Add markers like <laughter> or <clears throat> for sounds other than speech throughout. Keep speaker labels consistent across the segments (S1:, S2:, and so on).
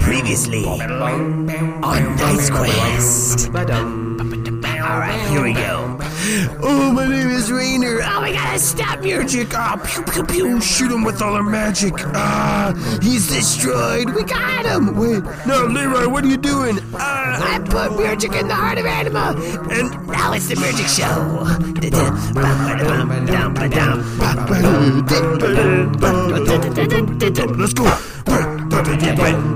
S1: previously on Dice Quest. Alright, here we go. Oh, my name is Rainer. Oh my god, I stop magic. Ah, pew pew pew. Shoot him with all our magic. Ah, he's destroyed. We got him. Wait, no, Leroy, what are you doing? Ah, I put magic in the heart of Anima. And now it's the magic show. Let's go.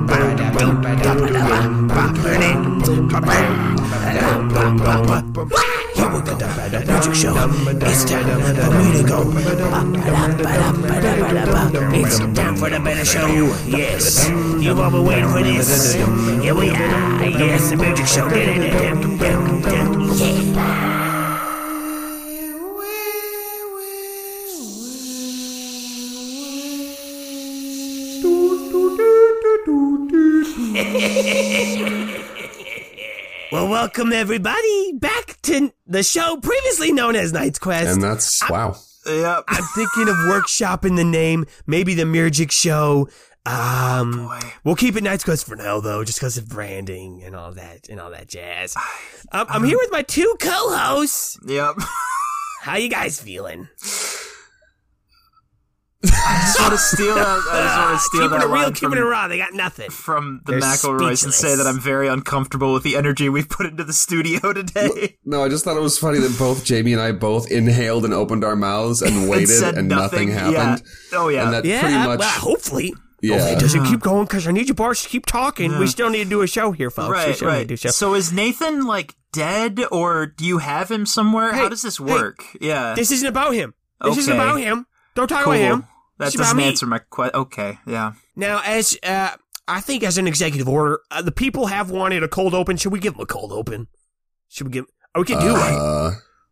S1: Magic show. It's time for me to go. It's time for the better show. Yes, you've all been waiting for this. Here we are. Yes, the magic show. Yeah. Well, welcome everybody back to the show previously known as Night's Quest.
S2: And that's wow.
S3: Yep.
S1: I'm thinking of workshopping the name, maybe the Mirjik show. Um, we'll keep it Night's Quest for now, though, just because of branding and all that and all that jazz. Um, I'm here with my two co-hosts.
S3: <laughs> Yep.
S1: How you guys feeling?
S3: I just want to steal that. I just want to steal
S1: Uh, keeping
S3: that
S1: it real,
S3: line
S1: keeping
S3: from,
S1: it raw. They got nothing.
S3: from the
S1: They're
S3: McElroys and say
S1: speechless.
S3: that I'm very uncomfortable with the energy we've put into the studio <laughs> today.
S2: No, I just thought it was funny that both Jamie and I both inhaled and opened our mouths and
S3: <laughs> And
S2: waited
S3: said
S2: and nothing, happened.
S3: Yeah. Oh yeah.
S2: And that
S1: Yeah,
S2: pretty
S1: I-
S2: much
S1: well, hopefully.
S2: Yeah.
S1: Hopefully it doesn't keep going because I need you, bars to keep talking. We
S3: Yeah.
S1: still need to do a show here, folks. we
S3: right.
S1: still need to
S3: Right.
S1: do a show.
S3: So is Nathan like dead, or do you have him somewhere?
S1: Hey,
S3: How does this
S1: hey,
S3: work? yeah.
S1: this isn't about him. This isn't
S3: Okay.
S1: about him. Don't talk
S3: cool.
S1: about him.
S3: That
S1: It's about
S3: doesn't
S1: me.
S3: answer my question. Okay. Yeah.
S1: Now, as uh, I think, as an executive order, uh, the people have wanted a cold open. Should we give them a cold open? Should we give? Oh, we can do it,
S2: Uh,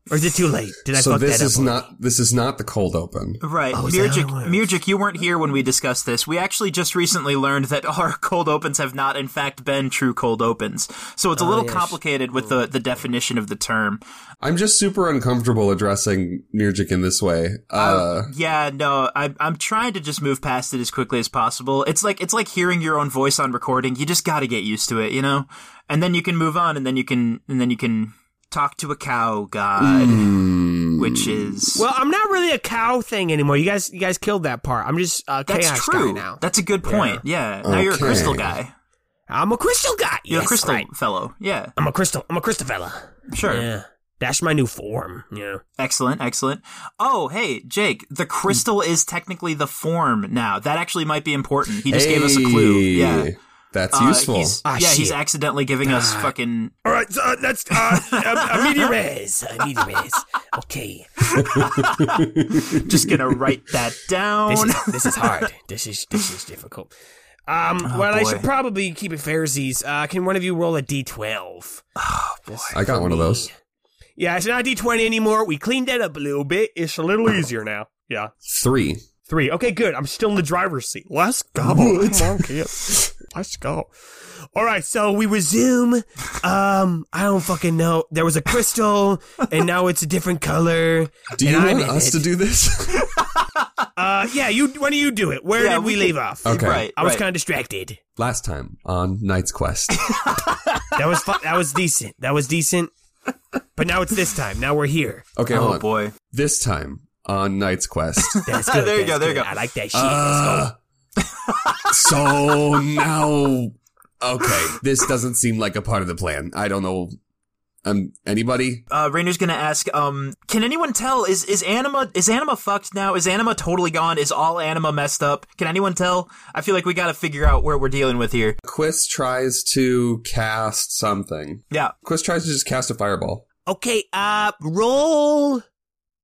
S1: or is it too late? Did I
S2: so
S1: fuck
S2: this
S1: that
S2: is
S1: up?
S2: not this is not the cold open.
S3: Right.
S1: Oh, is that
S3: Mirjik,
S1: how it works?
S3: Mirjik, you weren't here when we discussed this. We actually just recently learned that <laughs> our cold opens have not, in fact, been true cold opens. So it's a little
S1: Oh, yes.
S3: complicated with the, the definition of the term.
S2: I'm just super uncomfortable addressing Mirjik in this way.
S3: Oh.
S2: Uh,
S3: Yeah, no, I, I'm trying to just move past it as quickly as possible. It's like it's like hearing your own voice on recording. You just got to get used to it, you know. And then you can move on, and then you can and then you can talk to a cow god,
S1: Mm.
S3: which is
S1: Well, I'm not really a cow thing anymore. You guys, you guys killed that part. I'm just uh,
S3: that's
S1: chaos
S3: true.
S1: guy now.
S3: That's a good point. Yeah. Now you're a
S2: Okay.
S3: crystal guy.
S1: I'm a crystal guy.
S3: You're
S1: Yes,
S3: a crystal
S1: right.
S3: fellow. Yeah.
S1: I'm a crystal. I'm a crystal fella.
S3: Sure.
S1: Yeah, that's my new form. Yeah.
S3: Excellent, excellent. Oh, hey, Jake, the crystal is technically the form now. That actually might be important. He just gave us a clue.
S2: hey,
S3: Yeah.
S2: That's
S3: Uh,
S2: useful.
S3: he's-
S1: Ah,
S3: yeah, he's
S1: shit. Ah.
S3: accidentally giving us fucking.
S1: All right, so uh, that's <laughs> uh, a, a media <laughs> res. A media res. Okay.
S3: Just gonna write
S1: <laughs>
S3: that
S1: This
S3: <laughs>
S2: <laughs>
S3: down.
S1: is, this is hard. This is this is difficult. Um,
S2: Oh,
S1: well, I
S3: boy.
S1: should probably keep it fairsies. Uh, can one of you roll a d12?
S2: Oh, I got one of those.
S1: Yeah, it's not d20 anymore. We cleaned that up a little bit. It's a
S2: <laughs>
S1: little easier now. Yeah,
S2: Three.
S1: three. Okay, good. I'm still in the driver's seat. Let's go. Come on, kid. Let's go. All right, so we resume. Um, I don't fucking know. There was a crystal, and now it's a different color.
S2: Do
S1: and
S2: you
S1: I'm
S2: want
S1: in
S2: us
S1: it.
S2: to do
S3: <laughs>
S2: this?
S1: Uh, yeah. You. Why do you do it? Where
S3: Yeah,
S1: did we,
S3: we can-
S1: leave off?
S2: Okay.
S3: Right.
S1: I was
S3: right.
S1: kind of distracted.
S2: Last time on Knight's
S3: <laughs>
S2: Quest.
S1: That was fun. that was decent. That was decent. But now it's this time. Now we're here.
S2: Okay,
S3: Oh
S2: hold on.
S3: boy.
S2: This time on Knight's
S3: <laughs>
S2: Quest.
S1: That's good.
S3: There you
S1: that's
S3: go, there you
S1: good.
S3: go.
S1: I like that shit.
S2: Uh,
S3: <laughs>
S2: so now, okay, this doesn't seem like a part of the plan. I don't know. Um, anybody?
S3: Uh, Rainer's gonna ask. Um, can anyone tell? Is is anima is anima fucked now? Is anima totally gone? Is all anima messed up? Can anyone tell? I feel like we gotta figure out where we're dealing with here.
S2: Quist tries to cast something.
S3: Yeah.
S2: Quist tries to just cast a fireball.
S1: Let's go. Okay. Uh, roll.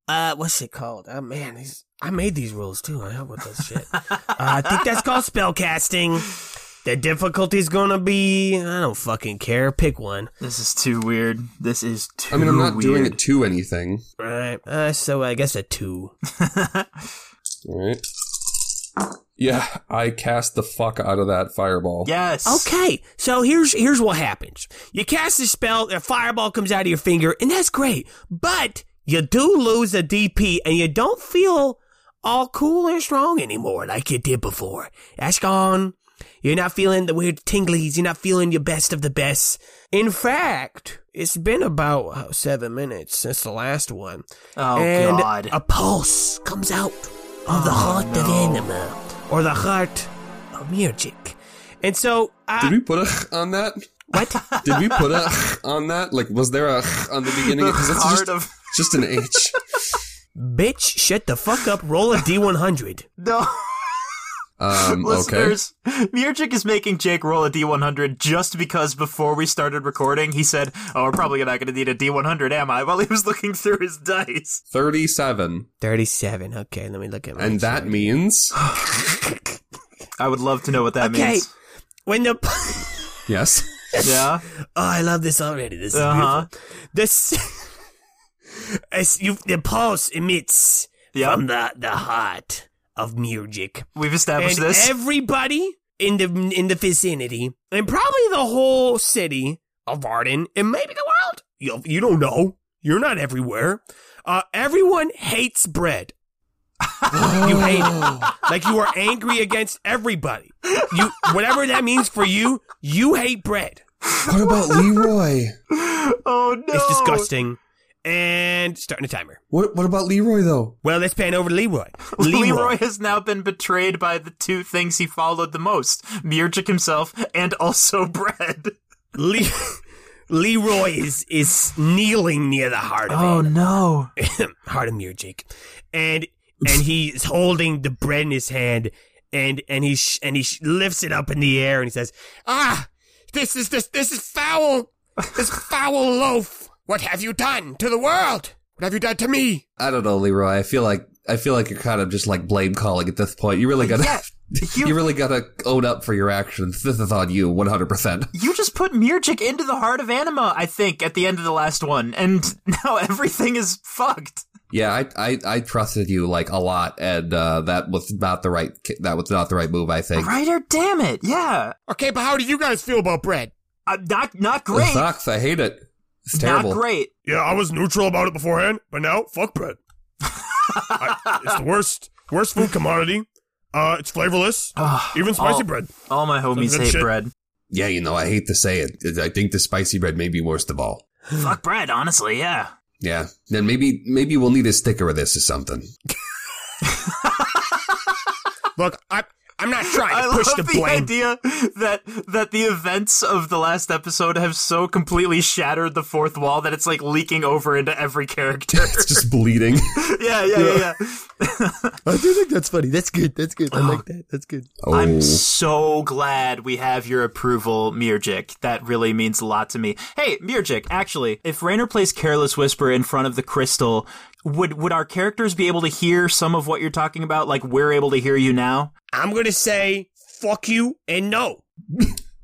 S1: Uh, what's it called? Oh man, these, I made these rules too. I help with this
S3: <laughs>
S1: shit. uh, I think that's called spell casting. The difficulty's gonna be I don't fucking care. Pick one.
S3: This is too weird. This is too.
S2: I mean, I'm not
S3: weird.
S2: doing it to anything.
S1: All right. Uh, so I guess a two.
S2: All right. Yeah, I cast the fuck out of that fireball.
S3: Yes.
S1: Okay, so here's here's what happens. You cast a spell, a fireball comes out of your finger, and that's great. But you do lose a DP, and you don't feel all cool and strong anymore like you did before. That's gone. You're not feeling the weird tinglies. You're not feeling your best of the best. In fact, it's been about oh, seven minutes since the last one.
S3: Oh,
S1: and
S3: God. Oh,
S1: A pulse comes out of the heart of anima, or the heart of music. And so, I,
S2: Did we put a <laughs> on that?
S1: what?
S2: Did we put a <laughs> on that? Like, was there a <laughs> on the beginning?
S3: The
S2: 'Cause that's
S3: heart
S2: just,
S3: of-
S2: just an
S3: <laughs>
S2: H.
S1: Bitch, shut the fuck up. Roll a D100.
S3: No,
S1: <laughs>
S2: Um, okay.
S3: listeners, Mierchik is making Jake roll a D100 just because before we started recording, he said, "Oh, we're probably not going to need a D100, am I?" <laughs> While he was looking through his dice.
S2: 37.
S1: 37. Okay, let me look at my.
S2: And that means.
S3: I would love to know what that
S1: Okay.
S3: means.
S1: <laughs> When the.
S2: <gasps> <gasps> Yes.
S3: Yeah.
S1: Oh, I love this already. This is
S2: Uh-huh.
S3: Uh huh.
S1: beautiful. This. <laughs> As you, the pulse emits
S3: Yeah.
S1: from the, the heart of music.
S3: We've established
S1: and
S3: this.
S1: everybody in the in the vicinity, and probably the whole city of Arden, and maybe the world. You you don't know. You're not everywhere. Uh, everyone hates bread.
S3: Oh.
S1: you hate it. Like you are angry against everybody. You whatever that means for you, you hate bread.
S2: What about Leroy?
S3: <laughs> oh no.
S1: It's disgusting. And starting a timer.
S2: What What about Leroy though?
S1: Well, let's pan over to Leroy.
S3: <laughs> Leroy. has now been betrayed by the two things he followed the most: Mierchik himself and also <laughs> bread.
S1: Le- <laughs> Leroy is is kneeling near the heart of
S3: Oh,
S1: it.
S3: no.
S1: <coughs> heart of mirror Jake, and and <laughs> he is holding the bread in his hand, and and he sh- and he sh- lifts it up in the air and he says, "Ah, this is this this is foul, this foul loaf. What have you done to the world? What have you done to me?"
S2: I don't know, Leroy. I feel like I feel like you're kind of just like blame calling at this point. You really gotta.
S3: Yeah,
S2: <laughs> You,
S3: you-
S2: really gotta own up for your actions. This is on you, one hundred percent.
S3: You just put Mirjik into the heart of anima, I think, at the end of the last one, and <laughs> now everything is fucked.
S2: Yeah, I, I I trusted you like a lot, and uh, that was not the right ki- that was not the right move. I think.
S3: Writer, damn it, yeah.
S1: Okay, but how do you guys feel about bread?
S3: Uh, not not
S2: It
S3: great.
S2: sucks. I hate it. It's
S3: Not
S2: terrible.
S3: great.
S1: Yeah, I was neutral about it beforehand, but now fuck <laughs> bread. it's the worst worst food commodity. Uh, it's flavorless.
S3: Ugh, all,
S1: bread.
S3: All my homies
S1: Some good
S3: hate
S1: shit.
S3: bread.
S1: <laughs>
S2: Yeah, you know, I hate to say it. it. I think the spicy bread may be worst of all.
S3: Fuck bread, honestly, yeah.
S2: Yeah. Then maybe maybe we'll need a sticker of this or something.
S1: Look, I I'm not trying
S3: I love the, idea that that the events of the last episode have so completely shattered the fourth wall that it's like leaking over into every character. <laughs>
S2: It's just <laughs> bleeding.
S3: yeah, yeah, yeah, yeah.
S1: <laughs> I do think that's funny. That's good. That's good. I like that. That's good.
S2: Oh.
S3: I'm so glad we have your approval, Mirjik. That really means a lot to me. Hey, Mirjik, actually, if Rainer plays Careless Whisper in front of the crystal, would would our characters be able to hear some of what you're talking about? Like we're able to hear you now?
S1: I'm gonna say fuck you and no.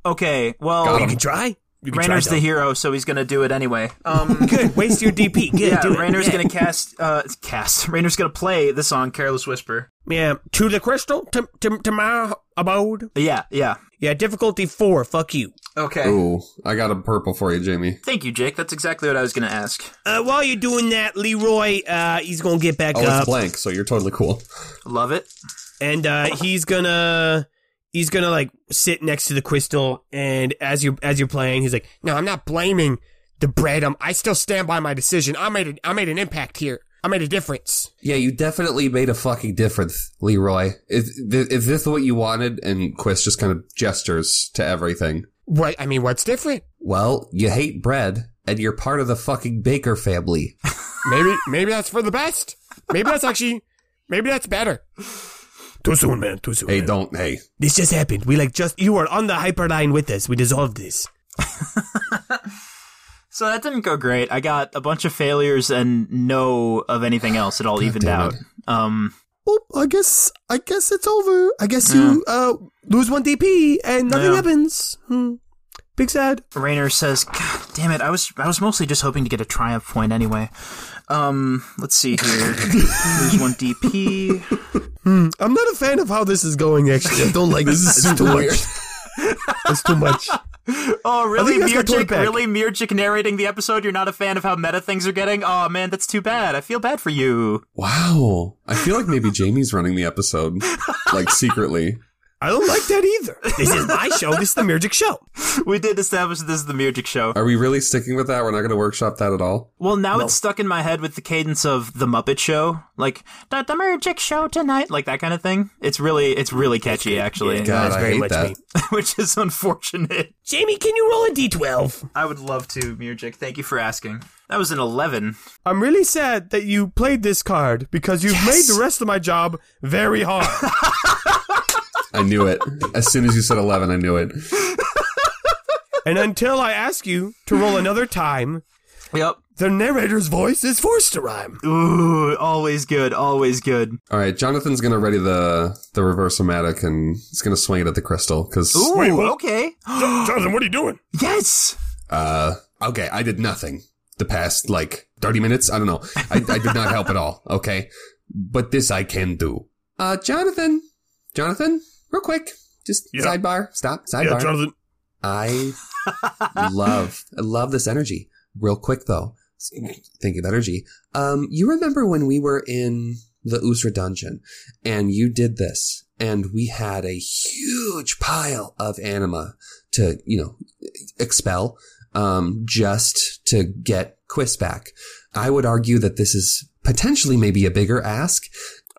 S3: Okay, well,
S2: Got
S1: You
S2: him.
S1: can try. You can
S3: Um, Rainer's
S1: try,
S3: the hero, so he's gonna do it
S1: <laughs>
S3: anyway. Um,
S1: though. <laughs> good. Waste your DP. Good.
S3: yeah,
S1: do it.
S3: Rainer's
S1: yeah.
S3: gonna cast uh cast. <laughs> Rainer's gonna play the song Careless Whisper.
S1: Yeah, to the crystal. To, to, to my abode.
S3: Yeah, yeah.
S1: Yeah, difficulty four. Fuck you.
S3: Okay.
S2: Ooh, I got a purple for you, Jamie.
S3: Thank you, Jake. That's exactly what I was gonna ask.
S1: Uh, while you're doing that, Leroy, uh, he's gonna get back
S2: Oh,
S1: up,
S2: it's blank, so you're totally cool.
S3: Love it.
S1: and uh, he's gonna. He's gonna like sit next to the crystal, and as you as you're playing, he's like, "No, I'm not blaming the bread. I'm, I still stand by my decision. I made a, I made an impact here. I made a difference."
S2: Yeah, you definitely made a fucking difference, Leroy. Is, th- is this what you wanted? And Quist just kind of gestures to everything.
S1: What I mean, what's different?
S2: Well, you hate bread, and you're part of the fucking Baker family.
S1: Maybe maybe that's for the best. Maybe that's actually maybe that's better. Too soon, man. Too soon.
S2: hey, don't. <laughs> Hey,
S1: This just happened. We like just you were on the hyperline with us. We dissolved this.
S3: So that didn't go great. I got a bunch of failures and no of anything else. It all evened
S2: damn
S3: out. Um,
S1: Oh, I guess I guess it's over. I guess you uh lose one DP and nothing
S3: Yeah.
S1: happens. Hmm. Big sad.
S3: Rainer says, "God damn it! I was I was mostly just hoping to get a triumph point anyway." Um, let's see here. Lose one
S1: <laughs>
S3: DP.
S1: I'm not a fan of how this is going. Actually, I don't like <laughs> this. Is too much. It's too much.
S3: Oh, really,
S1: think I got
S3: Mirjik?
S1: Torque back.
S3: Really, Mirjik narrating the episode? You're not a fan of how meta things are getting? Oh man, that's too bad. I feel bad for you.
S1: <laughs>
S2: wow. I feel like maybe Jamie's running the episode, like secretly.
S1: I don't like that either. <laughs> This is my show. This is the Murgic show.
S3: We did establish this is the Murgic show.
S2: Are we really sticking with that? We're not going to workshop that at all.
S3: Well, now it's stuck in my head with the cadence of the Muppet Show, like the, the Murgic show tonight, like that kind of thing. It's really, it's really catchy, actually,
S2: God,
S1: That's
S2: I
S1: very
S2: hate
S1: much
S2: that.
S1: me.
S3: <laughs> which is unfortunate.
S1: Jamie, can you roll a d12?
S3: I would love to, Murgic. Thank you for asking. That was an eleven.
S4: I'm really sad that you played this card because you've made the rest of my job very
S1: <laughs>
S4: hard.
S2: I knew it. As soon as you said 11, I knew it.
S4: and until I ask you to roll another time,
S3: Yep.
S4: the narrator's voice is forced to rhyme.
S3: Ooh, always good, always good.
S2: All right, Jonathan's going to ready the the reverse somatic and he's going to swing it at the crystal because
S3: Ooh,
S1: Wait, what?
S3: okay.
S1: <gasps>
S3: <gasps>
S1: Jonathan, what are you doing?
S3: Yes.
S2: uh okay, I did nothing the past like 30 minutes, I don't know. I, I did not help at all, okay? But this I can do. Uh Jonathan, Jonathan, real quick. Just
S1: Yeah.
S2: sidebar, stop,
S1: yeah,
S2: sidebar.
S1: Jonathan.
S2: I love I love this energy. Real quick though. Thinking of energy. Um, you remember when we were in the Usra dungeon and you did this and we had a huge pile of anima to, you know, expel, um, just to get Quiz back. I would argue that this is potentially maybe a bigger ask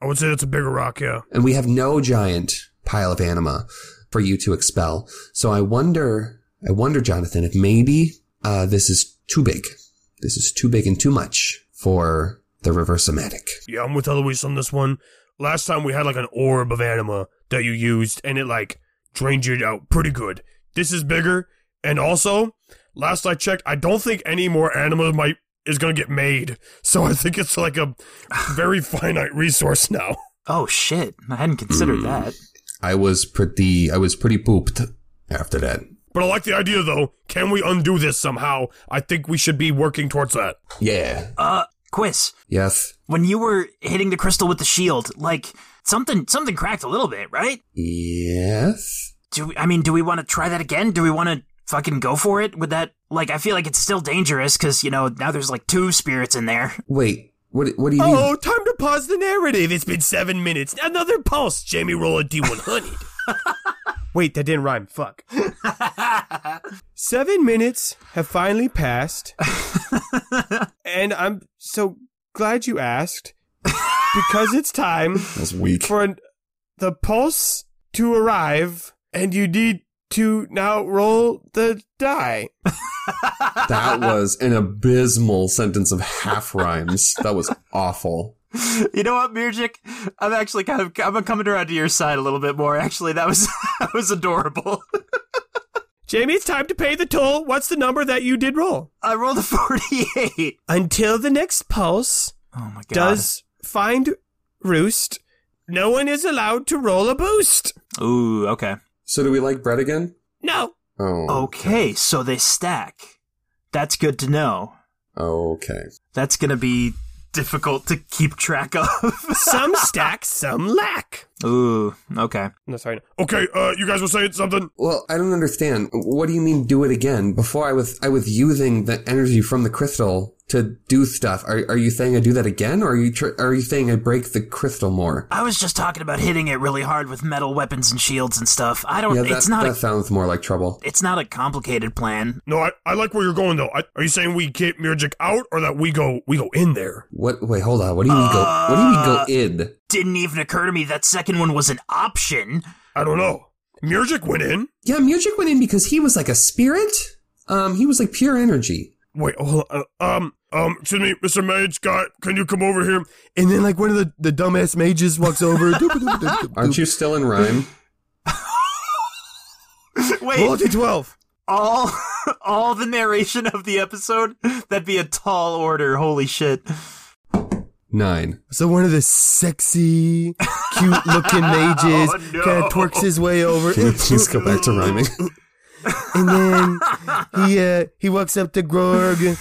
S1: I would say that's a bigger rock, yeah.
S2: and we have no giant pile of anima for you to expel. So I wonder, I wonder, Jonathan, if maybe uh, this is too big. This is too big and too much for the reverse somatic.
S1: Yeah, I'm with Eloise on this one. Last time we had like an orb of anima that you used, and it like drained you out pretty good. This is bigger, and also, last I checked, I don't think any more anima might is gonna get made. So I think it's like a very finite resource now.
S3: Oh shit! I hadn't considered that.
S2: I was pretty, I was pretty pooped after that.
S1: But I like the idea though. Can we undo this somehow? I think we should be working towards that.
S2: Yeah.
S3: Uh, Quiz.
S2: Yes.
S3: When you were hitting the crystal with the shield, like something something cracked a little bit, right?
S2: Yes.
S3: Do we, I mean, do we want to try that again? Do we want to fucking go for it? Would that like I feel like it's still dangerous because you know now there's like two spirits in there. <laughs>
S2: Wait. What? What do you mean?
S4: Oh, time to pause the narrative.
S1: It's been seven minutes. Another pulse. Jamie, roll a D100.
S4: <laughs> Wait, that didn't rhyme. <laughs> Fuck. Seven minutes have finally <laughs> passed. and I'm so glad you asked because it's time
S2: That's weak.
S4: for an- the pulse to arrive and you need to now roll the die.
S2: That was an abysmal sentence of half rhymes. That was awful.
S3: You know what, Mirjik? I'm actually kind of I'm coming around to your side a little bit more. Actually, that was <laughs> that was adorable. <laughs>
S4: Jamie, it's time to pay the toll. What's the number that you did roll?
S3: I rolled a 48.
S4: Until the next pulse
S3: Oh my god.
S4: does find roost, no one is allowed to roll a boost.
S3: Ooh, okay.
S2: So do we like bread again?
S4: No.
S2: Oh.
S3: Okay, so they stack. That's good to know.
S2: Okay.
S3: That's going to be difficult to keep track of. <laughs>
S4: Some stack, some lack.
S3: Ooh, okay.
S4: No, sorry.
S1: okay, uh, you guys were saying something.
S2: Well, I don't understand. What do you mean do it again? Before I was I was using the energy from the crystal to do stuff. Are, are you saying I do that again, or are you tr- are you saying I break the crystal more?
S3: I was just talking about hitting it really hard with metal weapons and shields and stuff. I don't
S2: Yeah, that,
S3: it's not
S2: that
S3: a
S2: sounds more like trouble.
S3: it's not a complicated plan.
S1: No, I, I like where you're going though. I, are you saying we get Mirjik out or that we go we go in there?
S2: What? Wait, hold on. What do you mean go?
S3: Uh.
S2: What do you mean go in?
S3: Didn't even occur to me that second one was an option.
S1: I don't know. Mirjik went in.
S2: Yeah, Mujik went in because he was like a spirit. Um, he was like pure energy.
S1: Wait, hold on. uh, Um, um, excuse me, Mr. Mage guy, can you come over here?
S4: And then, like, one of the, the dumbass mages walks over.
S2: Aren't you still in rhyme?
S3: Wait,
S4: Roll a d12.
S3: all <laughs> all the narration of the episode? That'd be a tall order. Holy shit.
S2: <laughs> Nine.
S4: So one of the sexy, cute-looking
S1: <laughs>
S4: mages
S3: Oh, no.
S4: kind of twerks his way over,
S2: Can you please go back to rhyming?
S4: and then he uh, he walks up to Gorg, kind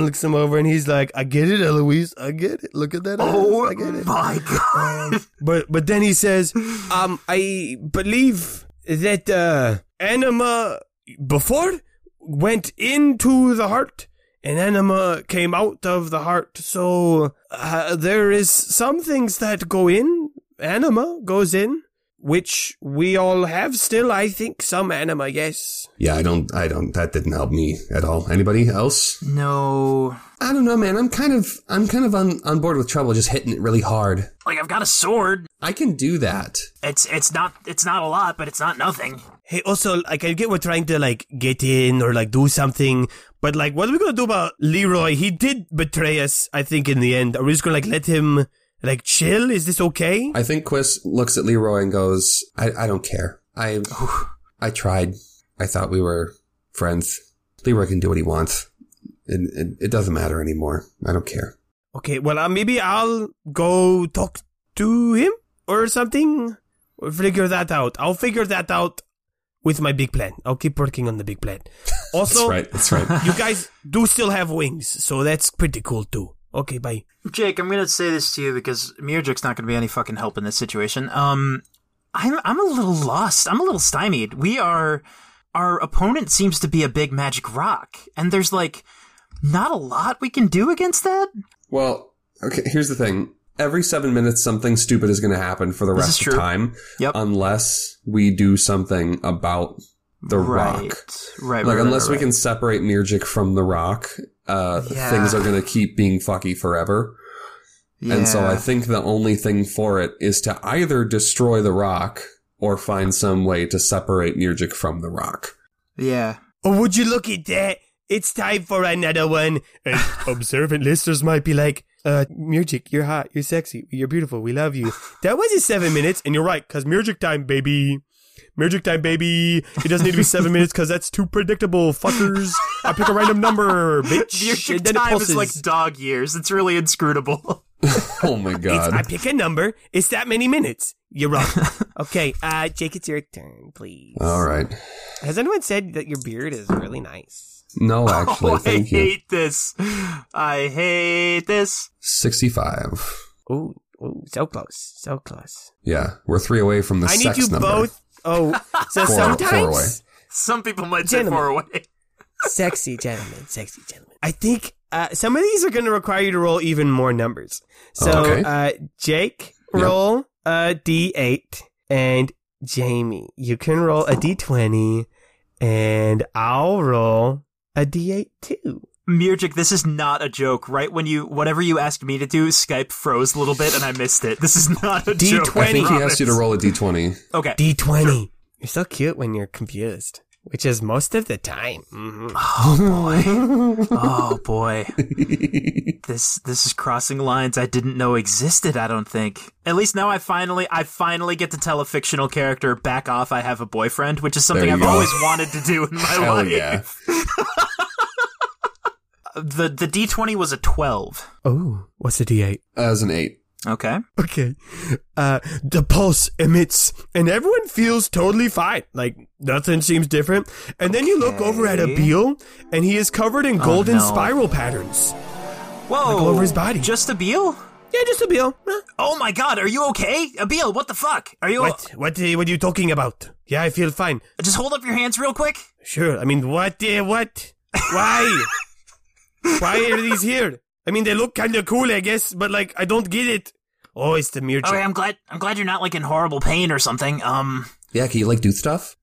S4: of looks him over, and he's like, "I get it, Eloise. I get it. Look at that. ass. I get it."
S3: my god.
S4: But but then he says, "Um, I believe that uh, anima before went into the heart, and anima came out of the heart. So uh, there is some things that go in. Anima goes in. which we all have still, I think, some anima, yes.
S2: Yeah, I don't, I don't, that didn't help me at all. Anybody else?
S3: <laughs> No.
S2: I don't know, man. I'm kind of, I'm kind of on, on board with trouble, just hitting it really hard.
S3: Like I've got a sword.
S2: I can do that.
S3: It's it's not it's not a lot, but it's not nothing.
S4: Hey, also, like, I get we're trying to, like, get in or, like, do something, but, like, what are we gonna do about Leroy? He did betray us, I think, in the end. Are we just gonna, like, let him, like, chill? Is this okay?
S2: I think Quist looks at Leroy and goes, I, I don't care. I, <sighs> I tried. I thought we were friends. Leroy can do what he wants. It, it, it doesn't matter anymore. I don't care.
S4: Okay, well, uh, maybe I'll go talk to him or something. We'll figure that out. I'll figure that out with my big plan. I'll keep working on the big plan.
S2: <laughs>
S4: Also,
S2: That's right.
S3: <laughs>
S4: you guys do still have wings, so that's pretty cool too. Okay, bye.
S3: Jake, I'm gonna say this to you because Mirjik's not gonna be any fucking help in this situation. Um, I'm I'm a little lost. I'm a little stymied. We are our opponent seems to be a big magic rock, and there's like not a lot we can do against that.
S2: Well, okay, here's the thing. Every seven minutes, something stupid is going to happen for the
S3: This
S2: rest
S3: is
S2: of
S3: true.
S2: time.
S3: Yep.
S2: Unless we do something about the
S3: right.
S2: rock.
S3: Right.
S2: Like,
S3: right,
S2: unless
S3: right,
S2: we can separate Nirjik from the rock, uh,
S3: Yeah.
S2: things are going to keep being fucky forever.
S3: right.
S2: And so
S3: Yeah.
S2: I think the only thing for it is to either destroy the rock or find some way to separate Nirjik from the rock.
S3: Yeah.
S4: Oh, would you look at that? It's time for another one.
S3: <laughs>
S1: And observant listeners might be like,
S4: Uh, Murgic, you're hot, you're sexy, you're beautiful, we
S3: <laughs>
S4: love you. That wasn't seven minutes, and you're right, because Murgic time, baby.
S1: Magic time, baby. It doesn't need to be
S3: <laughs>
S1: seven minutes because that's too predictable, fuckers. I pick a random
S3: <laughs>
S1: number, bitch.
S3: Mirjik
S4: And then it
S3: time is
S4: pulses.
S3: like dog years. It's really inscrutable.
S2: <laughs>
S3: <laughs>
S2: Oh my god.
S4: I pick a number, it's that many minutes.
S3: <laughs>
S4: You're wrong. okay, uh, Jake, it's your turn, please.
S2: <laughs> All right.
S4: Has anyone said that your beard is really nice?
S2: No, actually,
S3: oh, I
S2: thank you.
S3: hate this. I hate this.
S2: 65.
S4: Ooh, ooh, so close, so close.
S2: Yeah, we're three away from the
S4: I need
S2: sex
S4: you
S2: number.
S4: both. <laughs> Oh, so
S2: Four- four away.
S4: sometimes
S3: Some people might
S4: Gentlemen.
S3: say far away.
S4: sexy gentlemen, sexy gentlemen. I think uh, some of these are going to require you to roll even more numbers. So,
S2: Oh, Okay.
S4: uh, Jake,
S2: Yep.
S4: roll a d8, and Jamie, you can roll a d20, and I'll roll a d8 too.
S3: Mirjik, this is not a joke. Right when you, whatever you asked me to do, Skype froze a little bit and I missed it. This is <laughs> not a
S4: D20.
S3: joke.
S2: I think he
S3: promise.
S2: asked you to roll a d20.
S3: Okay.
S4: D20. You're so cute when you're confused, which is most of the time. Mhm.
S3: Oh boy. Oh boy. <laughs> This this is crossing lines I didn't know existed, I don't think. At least now I finally I finally get to tell a fictional character back off I have a boyfriend, which is something
S2: you
S3: I've
S2: go.
S3: always wanted to do in my
S2: Hell
S3: life.
S2: yeah.
S3: The the D twenty was a twelve.
S4: <laughs> Oh, what's a d8?
S2: As an eight.
S3: Okay.
S4: Okay.
S1: Uh, the pulse emits, and everyone feels totally fine. Like nothing seems different. And then you look over at
S3: Okay.
S1: Abil, and he is covered in golden
S3: no.
S1: spiral patterns.
S3: Whoa.
S1: all over his body.
S3: Just a Beal?
S4: Yeah, just a bill. Huh?
S3: Oh my god, are you okay? Abil, what the fuck? Are you
S1: What? What? Uh, what are you talking about? Yeah, I feel fine.
S3: just hold up your hands real quick?
S1: Sure. I mean, what? Uh, what? <laughs> Why? Why are these here? I mean, they look kind of cool, I guess, but like, I don't get it. Oh, it's the mirror.
S3: Okay, I'm glad I'm glad you're not like in horrible pain or something. Um
S2: Yeah, can you like do stuff?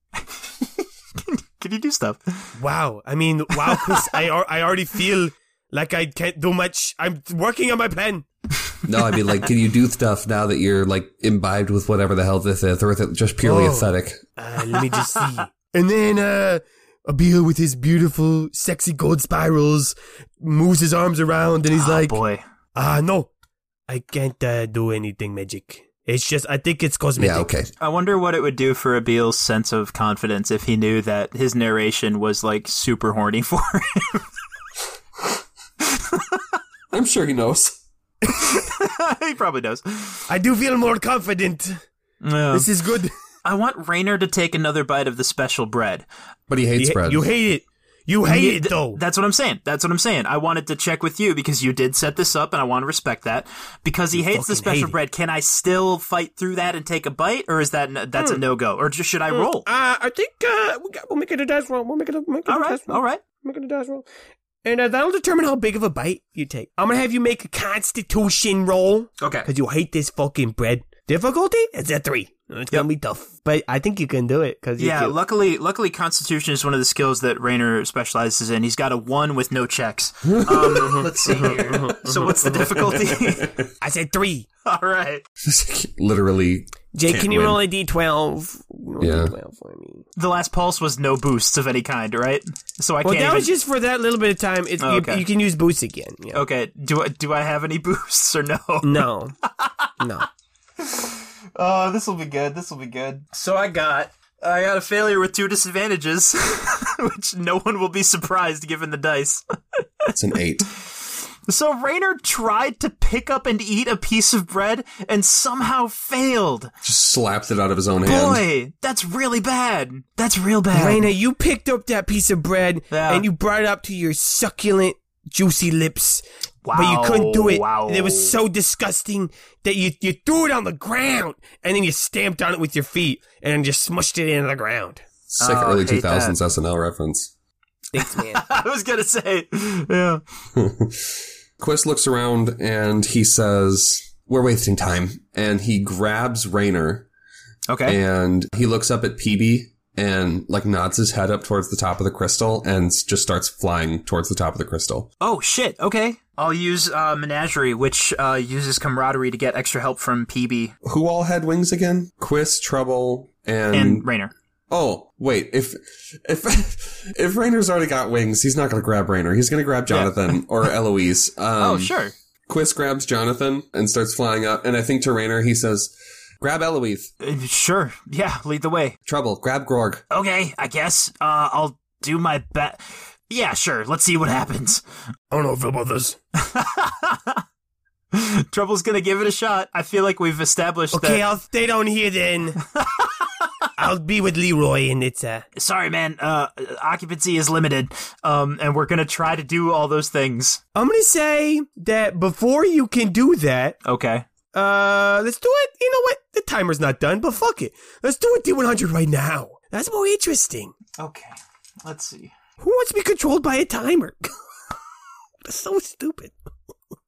S3: can you do stuff? <laughs>
S1: Wow. I mean, wow, Chris, I, al- I already feel like I can't do much. I'm working on my plan.
S2: No, I mean like can you do stuff now that you're like imbibed with whatever the hell this is, or is it just purely
S1: Oh.
S2: aesthetic?
S1: Uh, let me just see. <laughs> and then, uh, Abil with his beautiful, sexy gold spirals moves his arms around and he's like,
S3: boy.
S1: ah, no, I can't uh, do anything magic. It's just, I think it's cosmetic.
S2: Yeah, okay.
S3: I wonder what it would do for Abil's sense of confidence if he knew that his narration was like super horny <laughs> for him.
S2: I'm sure he knows.
S3: he probably does.
S1: I do feel more confident.
S3: Yeah.
S1: This is <laughs> good.
S3: I want Raynor to take another bite of the special bread.
S2: But he hates
S1: You,
S2: bread.
S1: you hate it. You hate
S3: Yeah,
S1: it,
S3: th-
S1: though.
S3: That's what I'm saying. That's what I'm saying. I wanted to check with you because you did set this up, and I want to respect that. Because he hates
S1: fucking
S3: the
S1: hate
S3: special
S1: it.
S3: bread, can I still fight through that and take a bite, or is that n- that's a no go, or just should I roll?
S4: Uh, I think uh, we got, we'll make it a dice roll. We'll make it a, make it
S3: Oh. all
S4: a
S3: right,
S4: dice roll.
S3: all right.
S4: Make it a dice roll. And uh, that'll determine how big of a bite you take. I'm gonna have you make a constitution roll
S3: Okay.
S4: because you hate this fucking bread. Difficulty? It's a three. It's gonna be tough, but I think you can do it because
S3: Yeah, luckily, luckily, Constitution is one of the skills that Rayner specializes in. He's got a one with no checks. Um, <laughs> let's see here. So, what's the <laughs> difficulty?
S4: I said three.
S3: All right.
S2: Literally.
S4: Jake,
S2: Can't
S4: can you
S2: win.
S4: roll a d twelve?
S2: Yeah.
S4: for me.
S3: The last pulse was no boosts of any kind, right? So I
S4: Well,
S3: can't.
S4: that was
S3: even-
S4: just for that little bit of time. It's,
S3: Oh,
S4: you-
S3: okay.
S4: you, can use boots again. Yeah.
S3: okay. Do I do I have any <laughs> boosts or no? <laughs>
S4: No, no.
S3: Oh, this will be good. This will be good. So I got I got a failure with two disadvantages, <laughs> which no one will be surprised given the dice.
S2: It's an eight.
S3: So Raynor tried to pick up and eat a piece of bread and somehow failed.
S2: Just slaps it out of his own hand.
S3: Boy, that's really bad. That's real bad.
S4: Raina, you picked up that piece of bread
S3: Yeah.
S4: and you brought it up to your succulent, juicy lips. But you couldn't do it.
S3: Wow, wow.
S4: It was so disgusting that you, you threw it on the ground and then you stamped on it with your feet and just smushed it into the ground.
S2: Sick
S3: Oh, I
S2: early
S3: hate
S2: 2000s SNL reference.
S4: Thanks, man.
S3: <laughs> I was gonna say, yeah.
S2: Quist looks around and he says, We're wasting time. And he grabs Rainer
S3: Okay.
S2: and he looks up at PB and like nods his head up towards the top of the crystal and s- just starts flying towards the top of the crystal.
S3: oh shit. Okay. I'll use uh, Menagerie, which uh, uses camaraderie to get extra help from PB
S2: Who all had wings again? Quist, Trouble, and,
S3: and Raynor.
S2: Oh, wait, if if <laughs> if Rainer's already got wings, he's not gonna grab Rainer. He's gonna grab Jonathan or Eloise. Um,
S3: oh sure.
S2: Quist grabs Jonathan and starts flying up, and I think to Rainer he says, Grab Eloise.
S3: Uh, sure. Yeah. Lead the way.
S2: Trouble, grab Gorg.
S3: Okay. I guess. Uh, I'll do my best. Yeah. Sure. Let's see what happens. <laughs>
S1: I don't know if I feel about this.
S3: Trouble's gonna give it a shot. I feel like we've established
S4: <laughs> okay,
S3: that.
S4: I'll stay down
S3: <laughs>
S4: here then. I'll be with Leroy and it's uh
S3: Sorry, man. Uh, occupancy is limited. Um, and we're gonna try to do all those things.
S4: I'm gonna say that before you can do that,
S3: Okay.
S4: Uh, let's do it. You know what? The timer's not done, but fuck it. Let's do a D100 right now. That's more interesting.
S3: Okay. Let's see.
S4: Who wants to be controlled by a timer? <laughs> That's so stupid.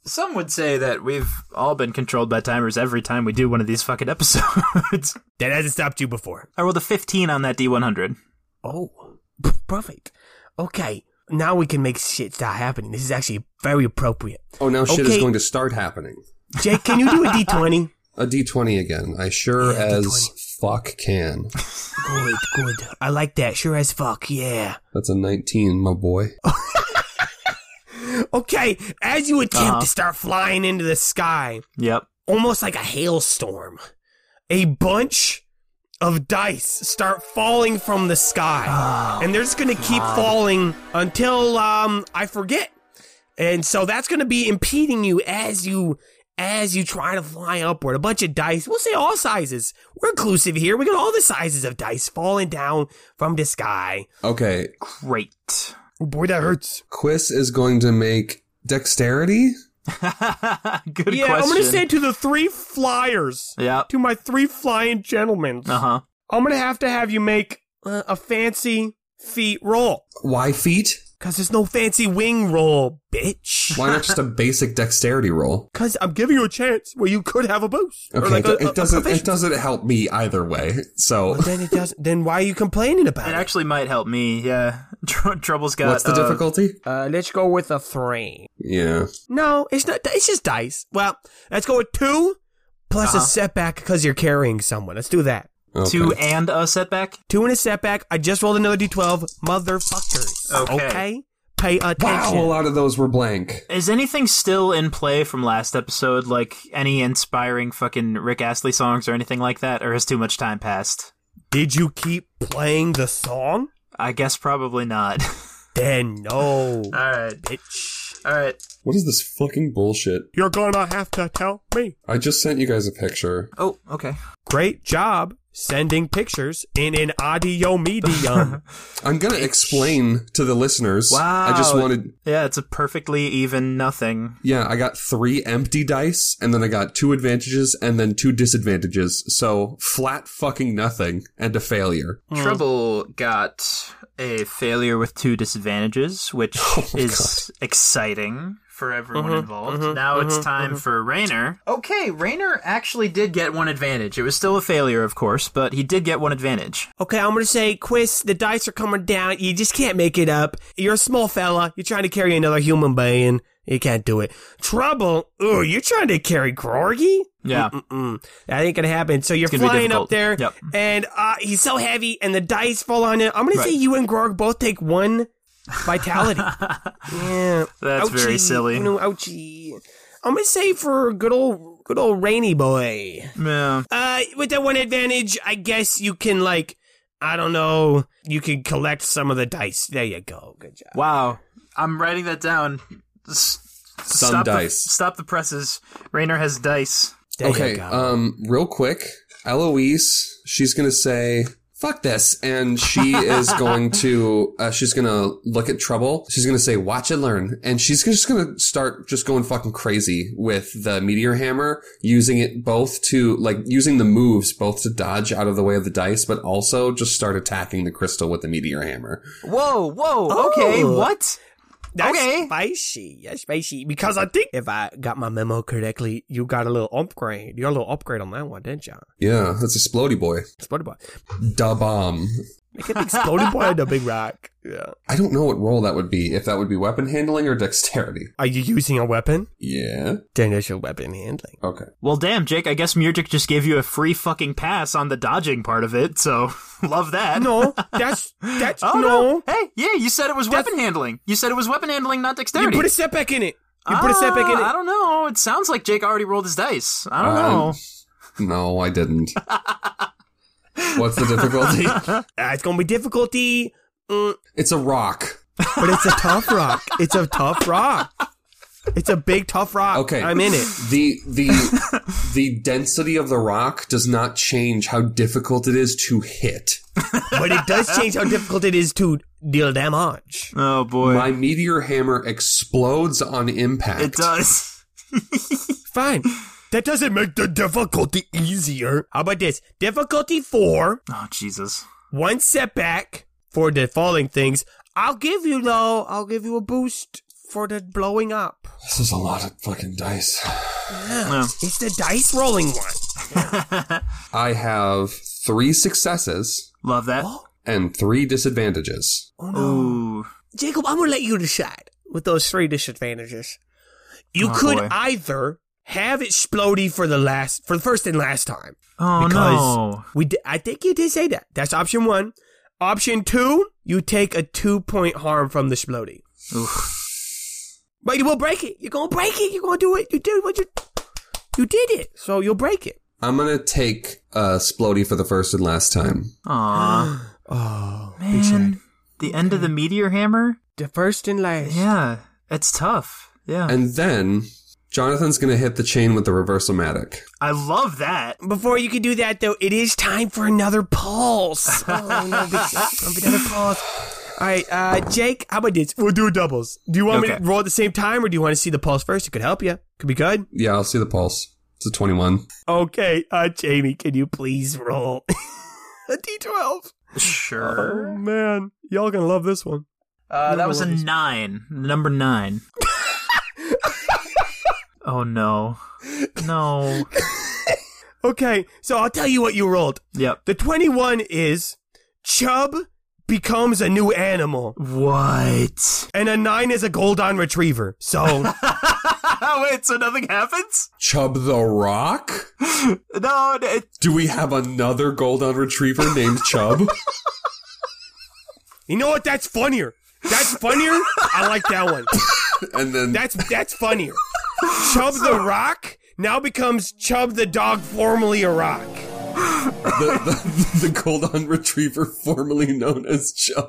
S3: Some would say that we've all been controlled by timers every time we do one of these fucking <laughs> episodes.
S4: That hasn't stopped you before.
S3: I rolled a 15 on that D100.
S4: Oh, perfect. Okay, now we can make shit start happening. This is actually very appropriate.
S2: Oh, now shit is
S4: Okay.
S2: going to start happening.
S4: Jake, can you do a <laughs> D20?
S2: A D20 again. I sure
S4: Yeah,
S2: as
S4: D20.
S2: fuck can.
S4: good, good. I like that. Sure as fuck, yeah.
S2: That's a 19, my boy.
S4: Okay, as you attempt
S3: Uh-huh.
S4: to start flying into the sky,
S3: Yep.
S4: almost like a hailstorm. A bunch of dice start falling from the sky,
S1: Oh,
S4: and they're just gonna keep falling until um, I forget. And so that's gonna be impeding you as you as you try to fly upward. A bunch of dice, we'll say all sizes. We're inclusive here. We got all the sizes of dice falling down from the sky.
S2: Okay,
S3: <laughs> Great.
S1: Oh boy, that hurts.
S2: Quist is going to make dexterity?
S3: Good
S4: yeah,
S3: question.
S4: I'm gonna say
S1: And to the three flyers,
S3: Yep.
S1: to my three flying gentlemen,
S3: Uh huh.
S1: I'm gonna have to have you make.
S4: uh, a fancy feet roll,
S2: Why feet?
S4: cause there's no fancy wing roll, bitch.
S2: Why not just a basic dexterity roll?
S4: Cause I'm giving you a chance where you could have a boost.
S2: Okay,
S4: like
S2: it-
S4: a- a-
S2: it doesn't
S4: a
S2: it doesn't help me either way.
S4: <laughs>
S2: So
S4: Well, then it doesn't. Then why are you complaining about
S3: It
S4: it?
S3: actually might help me. Yeah. <laughs> Tr- Trouble's got.
S2: what's the
S3: uh,
S2: difficulty?
S4: uh, let's go with a three.
S2: Yeah.
S4: No, it's not. It's just dice. Well, let's go with two plus a
S3: Uh-huh.
S4: setback because you're carrying someone. Let's do that.
S2: Okay.
S3: Two and a setback.
S4: Two and a setback. I just rolled another d12, motherfuckers.
S3: Okay.
S4: Pay
S2: Wow, uh
S4: attention.
S2: a lot of those were blank.
S3: Is anything still in play from last episode? Like any inspiring fucking Rick Astley songs or anything like that? Or has too much time passed?
S4: Did you keep playing the song?
S3: I guess probably not. <laughs>
S4: Then no,
S3: All right.
S4: bitch.
S3: All right.
S2: What is this fucking bullshit?
S1: You're gonna have to tell me.
S2: I just sent you guys a picture.
S3: Oh, okay.
S4: Great job sending pictures in an
S1: <laughs>
S4: audio medium.
S2: I'm gonna explain to the listeners. I just
S3: Wow.
S2: wanted
S3: Yeah, it's a perfectly even nothing.
S2: yeah, I got three empty dice, and then I got two advantages and then two disadvantages. So flat fucking nothing and a failure.
S4: Hmm.
S3: Trouble
S4: <laughs> Oh
S3: got a failure with two disadvantages, which is exciting for everyone
S4: Mm-hmm,
S3: involved. now it's time for Rayner. Okay, Rayner actually did get one advantage. It was still a failure, of course, but he did get one advantage.
S4: Okay, I'm gonna say, Quiz, the dice are coming down. You just can't make it up. You're a small fella. You're trying to carry another human being. You can't do it. Trouble. Ooh, you're trying to carry Groggy?
S3: Yeah.
S4: Mm-mm. That ain't gonna happen. So you're
S3: gonna be
S4: flying
S3: difficult.
S4: up there,
S3: Yep.
S4: and uh, he's so heavy, and the dice fall on him. I'm gonna say
S3: Right.
S4: you and Grog both take one
S3: <laughs>
S4: vitality. yeah,
S3: That's very
S4: Ouchie.
S3: silly.
S4: Oh, no, ouchie. I'm gonna say for good old good old rainy boy.
S3: Yeah.
S4: Uh, with that one advantage, I guess you can like, I don't know, you can collect some of the dice. There you go. Good job.
S3: Wow. I'm writing that down. S-
S2: Some
S3: stop
S2: dice.
S3: The, stop the presses. Rayner has dice.
S4: There You
S2: okay,
S4: go.
S2: um, real quick, Eloise, she's gonna say, fuck this. And
S4: <laughs>
S2: she is going to, uh, she's gonna look at Trouble. She's gonna say, watch and learn. And she's just gonna start just going fucking crazy with the meteor hammer, using it both to, like, using the moves both to dodge out of the way of the dice, but also just start attacking the crystal with the meteor hammer.
S3: Whoa, whoa, okay, what?
S4: Oh. That's
S3: okay.
S4: spicy. Yes, spicy. Because I think if I got my memo correctly, you got a little upgrade. You got a little upgrade on that one, didn't you?
S2: Yeah, that's a splody boy.
S4: Exploded <laughs> boy.
S2: Da bomb.
S4: Make it the exploded boy and the big rock. Yeah.
S2: I don't know what role that would be, if that would be weapon handling or dexterity.
S4: Are you using a weapon?
S2: Yeah.
S4: Then there's your weapon handling.
S2: Okay.
S3: Well, damn, Jake, I guess Murgic just gave you a free fucking pass on the dodging part of it, so <laughs> love that.
S4: <laughs> No, that's that's
S3: Oh,
S4: no.
S3: Hey, yeah, you said it was weapon handling. You said it was weapon handling, not
S4: You
S3: dexterity.
S4: put a step back in it. You put a step back in
S3: Ah, I
S4: it. Uh,
S3: don't know. It sounds like Jake already rolled his dice. I don't
S2: Um,
S3: know.
S2: No, I didn't. What's the difficulty?
S4: Uh, it's gonna be difficulty, mm,
S2: It's a rock.
S4: but it's a tough rock. It's a tough rock. It's a big tough rock.
S2: Okay.
S4: I'm in it.
S2: The the the density of the rock does not change how difficult it is to hit.
S4: But it does change how difficult it is to deal damage.
S3: Oh boy,
S2: My meteor hammer explodes on impact.
S3: it does. <laughs>
S4: Fine. <laughs> That doesn't make the difficulty easier. How about this? Difficulty four,
S3: Oh Jesus.
S4: one setback for the falling things. I'll give you though. I'll give you a boost for the blowing up.
S2: This is a lot of fucking dice.
S4: It's the dice rolling one.
S2: I have three successes
S3: Love that.
S4: Oh,
S2: and three disadvantages.
S3: Ooh.
S4: Jacob, I'm gonna let you decide with those three disadvantages. You
S3: Oh,
S4: could
S3: boy.
S4: either have it splody for the last, for the first and last time.
S3: Oh
S4: because
S3: no.
S4: we, di- I think you did say that. That's option one. Option two, you take a two point harm from the splody. But you will break it. You're gonna break it. You're gonna do it. You did what you, you did it. So you'll break it.
S2: I'm gonna take uh, Splody for the first and last time.
S4: <gasps>
S3: Aw.
S4: Oh
S3: Man. The end of the meteor hammer?
S4: the first and last.
S3: Yeah. It's tough. Yeah.
S2: And then Jonathan's gonna hit the chain with the reverse matic
S3: I love that.
S4: Before you can do that, though, it is time for another pulse. <laughs> Oh, no, big shot. another pulse. All right, uh, Jake, how about this? We'll do doubles. Do you want me
S3: Okay.
S4: to roll at the same time, or do you want to see the pulse first? It could help you. Could be good.
S2: Yeah, I'll see the pulse. It's a 21.
S4: Okay, uh, Jamie, can you please roll <laughs> a d12?
S3: Sure.
S4: man, y'all gonna love this one.
S3: Uh, that was a nine. Number <laughs> nine. oh no. No.
S4: Okay, so I'll tell you what you rolled.
S3: Yep.
S4: The 21 is Chub becomes a new animal,
S3: What?
S4: and a 9 is a Goldon Retriever. So.
S3: <laughs> Wait, so nothing happens?
S2: Chub the Rock?
S3: No, it, <laughs>
S2: Do we have another golden retriever named Chub? <laughs>
S4: You know what? That's funnier. That's funnier. I like that one.
S2: and then
S4: That's that's funnier. Chub the Rock now becomes Chub the dog, formerly a rock.
S2: the, the, the golden retriever formerly known as Chub.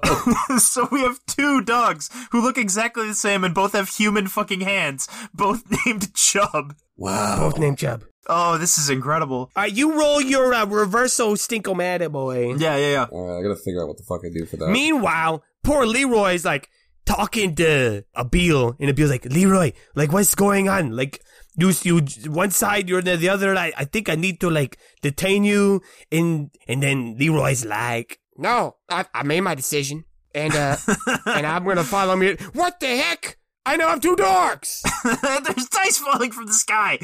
S3: So we have two dogs who look exactly the same and both have human fucking hands, both <laughs> named Chub.
S2: Wow.
S4: Both named Chub.
S3: Oh, this is incredible.
S4: All right, you roll your uh, reverso stinkomatic boy.
S3: Yeah, yeah, yeah.
S2: All right, I gotta figure out what the fuck I do for that.
S4: Meanwhile, poor Leroy's like talking to Abil, and Abil's like, Leroy, like what's going on? Like you, you one side, you're the, the other. I, I think I need to like detain you, and and then Leroy's like, <laughs>
S5: No, I, I made my decision, and uh, and I'm gonna follow me. What the heck?
S6: I now have two
S4: <laughs>
S6: dorks.
S3: <laughs> There's dice falling from the sky.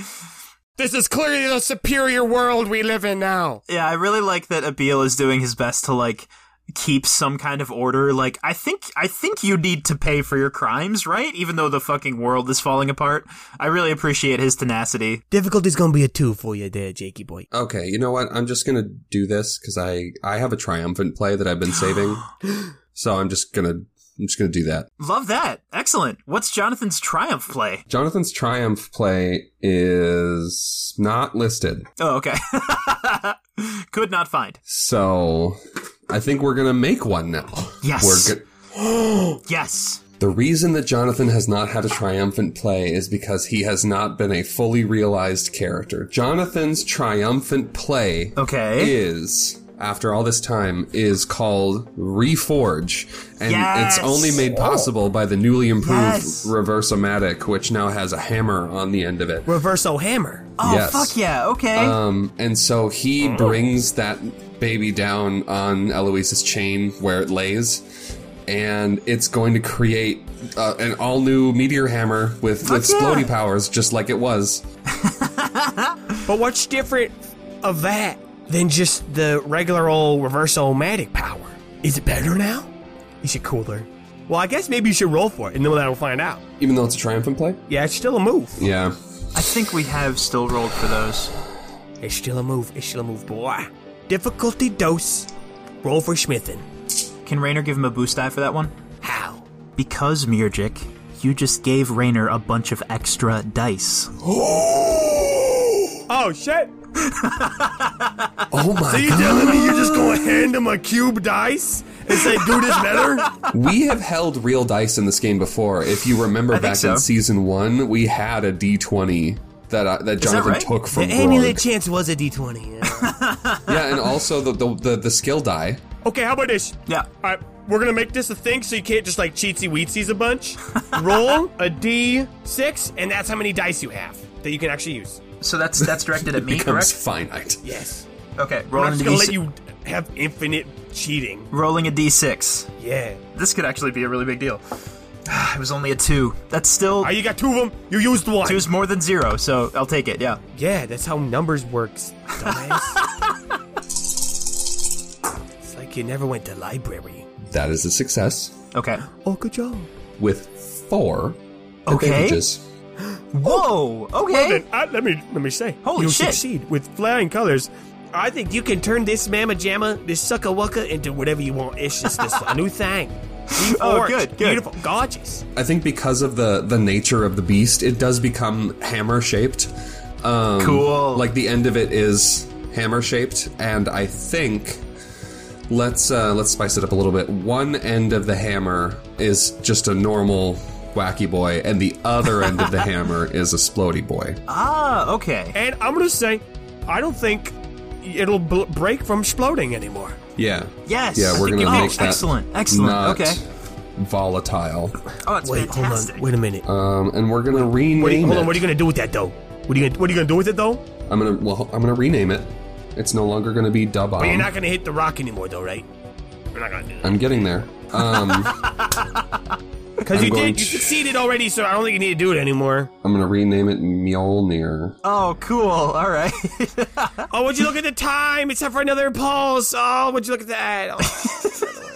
S6: This is clearly the superior world we live in now.
S3: Yeah, I really like that Abil is doing his best to like keep some kind of order. Like, I think I think you need to pay for your crimes, right? Even though the fucking world is falling apart. I really appreciate his tenacity.
S4: Difficulty's gonna be a two for you there, Jakey boy.
S2: Okay, you know what? I'm just gonna do this because I I have a triumphant play that I've <gasps> been saving, so I'm just gonna I'm just gonna do that.
S3: Love that. Excellent. What's Jonathan's triumph play?
S2: Jonathan's triumph play is not listed,
S3: Oh, okay. <laughs> Could not find.
S2: so I think we're gonna make one now.
S3: Yes.
S2: We're go-
S3: Yes.
S2: The reason that Jonathan has not had a triumphant play is because he has not been a fully realized character. Jonathan's triumphant play
S3: Okay.
S2: is, after all this time, is called Reforge. And
S3: Yes! Oh.
S2: it's only made possible by the newly improved
S3: Yes!
S2: Reversomatic, which now has a hammer on the end of it.
S4: Reverso hammer.
S3: Oh
S2: yes.
S3: fuck yeah. Okay.
S2: Um, and so he brings that baby down on Eloise's chain where it lays, and it's going to create uh, an all new meteor hammer with, with
S3: yeah.
S2: splody powers, just like it was.
S4: But what's different of that than just the regular old reverso-matic power? Is it better now? Is it cooler? Well, I guess maybe you should roll for it, and then that'll find out.
S2: Even though it's a triumphant play?
S4: Yeah, it's still a move.
S2: Yeah.
S3: I think we have still rolled for those.
S4: It's still a move. It's still a move, boy. Difficulty dose. Roll for Schmithin.
S3: Can Rainer give him a boost die for that one?
S4: How?
S3: Because Murgic, you just gave Rainer a bunch of extra dice.
S6: Oh
S4: <laughs>
S6: shit!
S2: Oh
S6: Are
S2: my
S6: you telling me you're just gonna hand him a cube dice and
S4: <laughs>
S6: say, "Do this better"?
S2: <laughs> We have held real dice in this game before. If you remember back
S3: so.
S2: in season one, we had a d20 that, uh, that Jonathan
S3: right?
S2: took
S4: The
S2: from
S4: amulet
S2: Borg.
S4: chance was a d20. yeah. <laughs>
S2: yeah, and also the, the, the, the skill die.
S6: Okay, how about this?
S3: Yeah.
S6: All right, we're gonna make this a thing, so you can't just like cheatsy weetsies a
S4: <laughs>
S6: bunch. Roll a d6, and that's how many dice you have that you can actually use.
S3: So that's that's directed <laughs> at me,
S2: becomes
S3: correct?
S2: finite.
S6: Yes.
S3: Okay.
S6: I'm
S3: Rolling a
S6: just gonna let
S3: d6.
S6: you have infinite cheating.
S3: rolling a d6.
S6: Yeah.
S3: This could actually be a really big deal. <sighs> it was only a two. That's still
S6: Ah, you got two of them. You used one.
S3: two's more than zero, so I'll take it. Yeah.
S4: yeah, that's how numbers works, dumbass. it's like you never went to library.
S2: That is a success.
S3: Okay.
S4: Oh, good job.
S2: with four
S3: Okay.
S2: advantages.
S3: Whoa. Okay.
S6: Then, ah, let me let me say.
S3: Holy
S6: you
S3: shit.
S6: succeed with flying colors.
S4: I think you can turn this mama jamma, this sucker wucker, into whatever you want. It's just this a
S3: <laughs>
S4: new thing.
S3: Oh,
S4: Orange,
S3: good. Good.
S4: Beautiful. Gorgeous.
S2: I think because of the the nature of the beast, it does become hammer shaped. Um,
S3: Cool.
S2: Like the end of it is hammer shaped, and I think let's uh, let's spice it up a little bit. One end of the hammer is just a normal wacky boy, and the other end
S3: <laughs>
S2: of the hammer is a splody boy.
S3: Ah. Okay.
S6: And I'm gonna say, I don't think it'll bl- break from exploding anymore.
S2: Yeah.
S3: Yes.
S2: Yeah,
S3: I
S2: we're
S3: think
S2: gonna
S3: you-
S2: make
S3: oh,
S2: that
S3: excellent. Excellent.
S2: not
S3: Okay.
S2: Volatile,
S3: Oh, it's
S4: Wait,
S3: fantastic.
S4: hold on. Wait a minute.
S2: um, and we're gonna rename
S6: What are you, hold
S2: it.
S6: on. What are you gonna do with that though? What are you gonna What are you gonna do with it though?
S2: I'm gonna well, I'm gonna rename it. It's no longer gonna be Dub
S4: But you're not gonna hit the rock anymore, though, right? You're not gonna do that.
S2: I'm getting there. Um,
S4: Because you
S2: going
S4: did. You
S2: to-
S4: succeeded already, so I don't think you need to do it anymore.
S2: I'm gonna rename it Mjolnir.
S3: Oh, cool. All right. <laughs>
S4: Oh, would you look at the time? It's time for another pulse. Oh, would you look at that? Oh,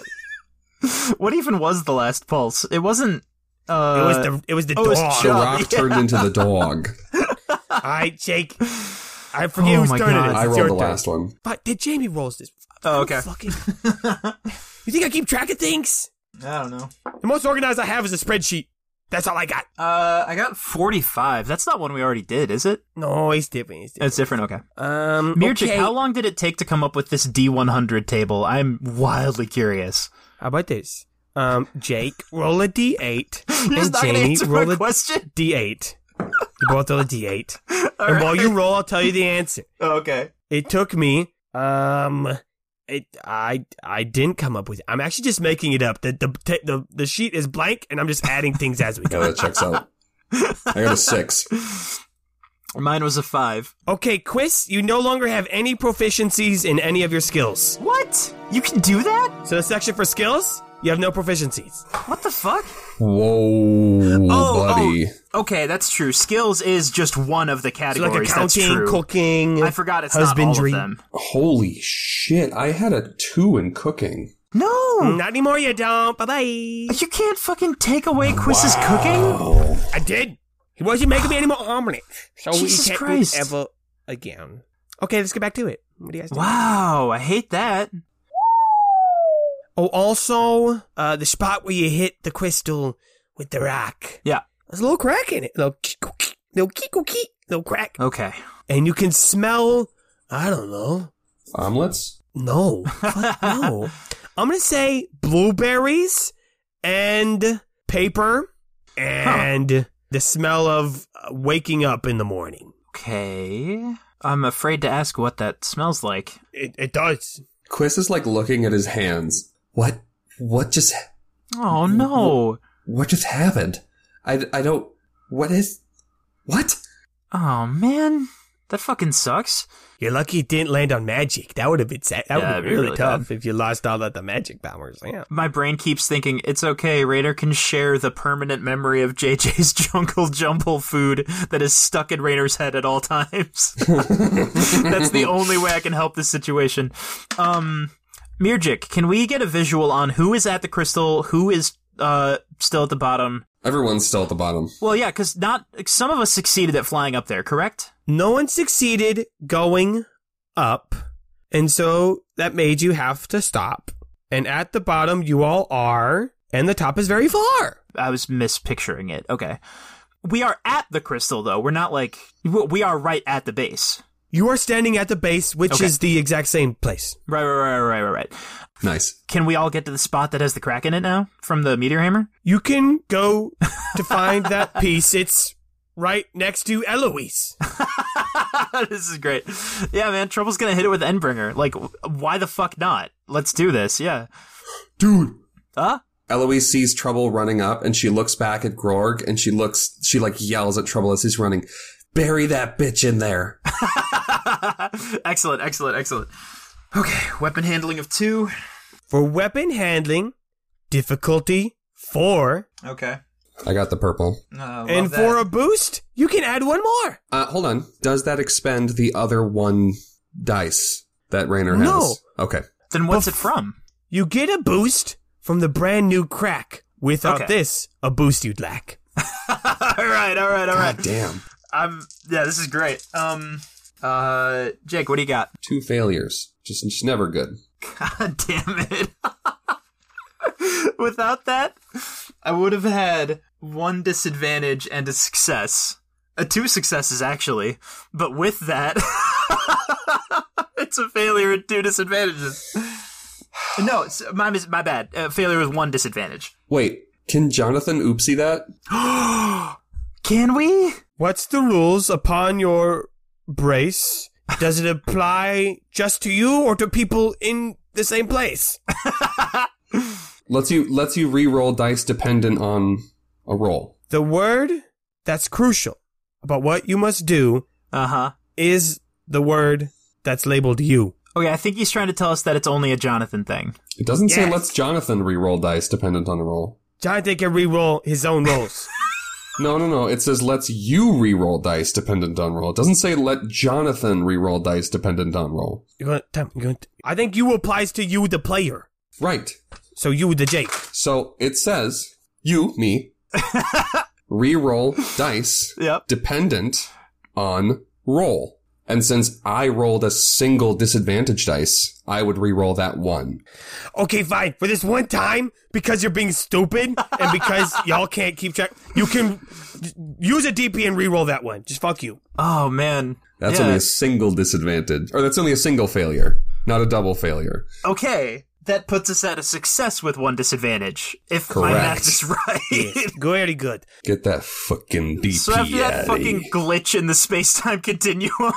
S3: what even was the last pulse? It wasn't. Uh,
S4: it was the. It was the
S3: oh, it was
S4: dog.
S2: The
S3: Chuck.
S2: rock turned into the dog.
S4: All right, Jake.
S6: I forget
S3: Oh
S6: who's
S3: my
S6: turning
S3: God.
S6: it.
S2: I
S6: It's
S2: rolled
S6: your
S2: the
S6: turn.
S2: last one.
S4: But did Jamie rolls this?
S3: Oh, okay.
S4: Fucking. you think I keep track of things?
S3: I don't know.
S6: The most organized I have is a spreadsheet.
S4: That's all I got.
S3: Uh, I got forty-five. That's not one we already did, is it?
S4: No, it's different. It's different.
S3: It's different. Okay.
S4: Um,
S3: Mirchik,
S4: okay.
S3: how long did it take to come up with this D100 table? I'm wildly curious.
S4: How about this? Um, Jake, roll a d8.
S3: You're
S4: and
S3: just not going to
S4: Jamie,
S3: answer
S4: roll
S3: my
S4: a
S3: question?
S4: d8. You both roll a d8. and while you roll, I'll tell you the answer.
S3: Okay.
S4: It took me, um, it, I, I didn't come up with it. I'm actually just making it up. The, the, ta- the, the sheet is blank and I'm just adding things as we
S2: Yeah,
S4: go.
S2: that checks out. I got a six.
S3: Mine was a five.
S4: okay, Quiz, you no longer have any proficiencies in any of your skills.
S3: What? You can do that?
S4: So the section for skills, You have no proficiencies.
S3: What the fuck?
S2: Whoa,
S3: Oh,
S2: buddy.
S3: oh, okay, that's true. Skills is just one of the
S4: So like
S3: categories. that's
S4: accounting,
S3: true.
S4: cooking.
S3: I forgot it's
S4: husbandry.
S3: not all of them.
S2: Holy shit. I had a two in cooking.
S3: No,
S4: Hmm. Not anymore, you don't. Bye bye.
S3: you can't fucking take away Chris's cooking.
S4: I did. He wasn't making me any more omelet. So
S3: Jesus
S4: we can't
S3: Christ.
S4: do it ever again. Okay, let's get back to it. What do you guys think?
S3: Wow, I hate that.
S4: Oh, also, uh, the spot where you hit the crystal with the rock.
S3: Yeah.
S4: There's a little crack in it. Little kik-kik, little kik-kik, little crack.
S3: Okay.
S4: And you can smell, I don't know.
S2: Omelets?
S4: No. Fuck no. I'm going to say blueberries and paper and the smell of uh, waking up in the morning.
S3: Okay. I'm afraid to ask what that smells like.
S6: It, it does.
S2: Chris is like looking at his hands. What? What just?
S3: Oh no.
S2: What just happened? I, I don't. What is? What?
S3: Oh man. That fucking sucks.
S4: You're lucky it didn't land on magic. That would have been sad. That would
S3: Yeah,
S4: have
S3: it'd
S4: been
S3: be
S4: really,
S3: really
S4: tough if you lost all of the magic powers. Yeah.
S3: My brain keeps thinking it's okay. Raider can share the permanent memory of JJ's <laughs> jungle jumble food that is stuck in Raider's head at all times. <laughs> That's the only way I can help this situation. Um, Mirjik, can we get a visual on who is at the crystal, who is uh still at the bottom?
S2: Everyone's still at the bottom.
S3: Well, yeah, because not some of us succeeded at flying up there, correct?
S4: No one succeeded going up. And so that made you have to stop. And at the bottom, you all are. And the top is very far.
S3: I was mispicturing it. Okay. We are at the crystal, though. We're not like. w- We are right at the base.
S4: You are standing at the base, which
S3: Okay.
S4: is the exact same place.
S3: Right, right, right, right, right, right.
S2: Nice.
S3: Can we all get to the spot that has the crack in it now from the meteor hammer? <laughs>
S4: You can go to find that piece. It's right next to Eloise.
S3: this is great. Yeah, man. Trouble's gonna hit it with Endbringer. Like, w- why the fuck not? Let's do this. Yeah. <laughs>
S2: Dude.
S3: Huh?
S2: Eloise sees Trouble running up and she looks back at Grog and she looks, she like yells at Trouble as he's running, bury that bitch in
S4: <laughs>
S2: there.
S3: excellent, excellent, excellent. Okay, weapon handling of two.
S4: For weapon handling, difficulty four.
S3: Okay. Uh,
S2: I got the purple.
S4: and for a boost, you can add one more.
S2: Uh, hold on. Does that expend the other one dice that Rainer has?
S4: No.
S2: Okay.
S3: then what's it from? <laughs>
S4: You get a boost from the brand new crack. Without
S3: Okay.
S4: this, a boost you'd lack.
S3: all right, all right, all right.
S2: God damn.
S3: I'm yeah, this is great. Um uh Jake, what do you got?
S2: Two failures. Just, just never good.
S3: God <laughs> damn it. Without that, I would have had one disadvantage and a success. Uh, two successes actually. But with that <laughs> it's a failure and two disadvantages. No, it's, my, mis- my bad. Uh, failure with one disadvantage. <gasps>
S2: Wait, can Jonathan oopsie that?
S3: Can we?
S4: What's the rules upon your brace? Does it apply just to you or to people in the same place?
S2: Let's you lets you re-roll dice dependent on a roll.
S4: The word that's crucial about what you must do
S3: Uh-huh.
S4: is the word that's labeled you.
S3: Okay, I think he's trying to tell us that it's only a Jonathan thing.
S2: It doesn't say
S4: Yes.
S2: let's Jonathan re-roll dice dependent on a roll.
S4: Jonathan can re-roll his own rolls.
S2: No, no, no. It says let's you re-roll dice dependent on roll. It doesn't say let Jonathan re-roll dice dependent on roll.
S4: You're gonna, Tom, you're gonna, I think you applies to you, the player.
S2: Right.
S4: So you, the Jake.
S2: So it says you,
S3: <laughs>
S2: me, re-roll dice
S3: Yep.
S2: dependent on roll. And since I rolled a single disadvantage dice, I would re-roll that one.
S4: Okay, fine. For this one time, because you're being stupid and because y'all can't keep track, you can use a DP and re-roll that one. Just fuck you.
S3: Oh man.
S2: That's
S3: Yeah.
S2: only a single disadvantage, or that's only a single failure, not a double failure.
S3: Okay, that puts us at a success with one disadvantage, if my
S2: Correct.
S3: math is <laughs> right.
S4: Very good.
S2: Get that fucking DP
S3: So after
S2: outta
S3: that fucking
S2: here.
S3: glitch in the space-time <laughs> continuum,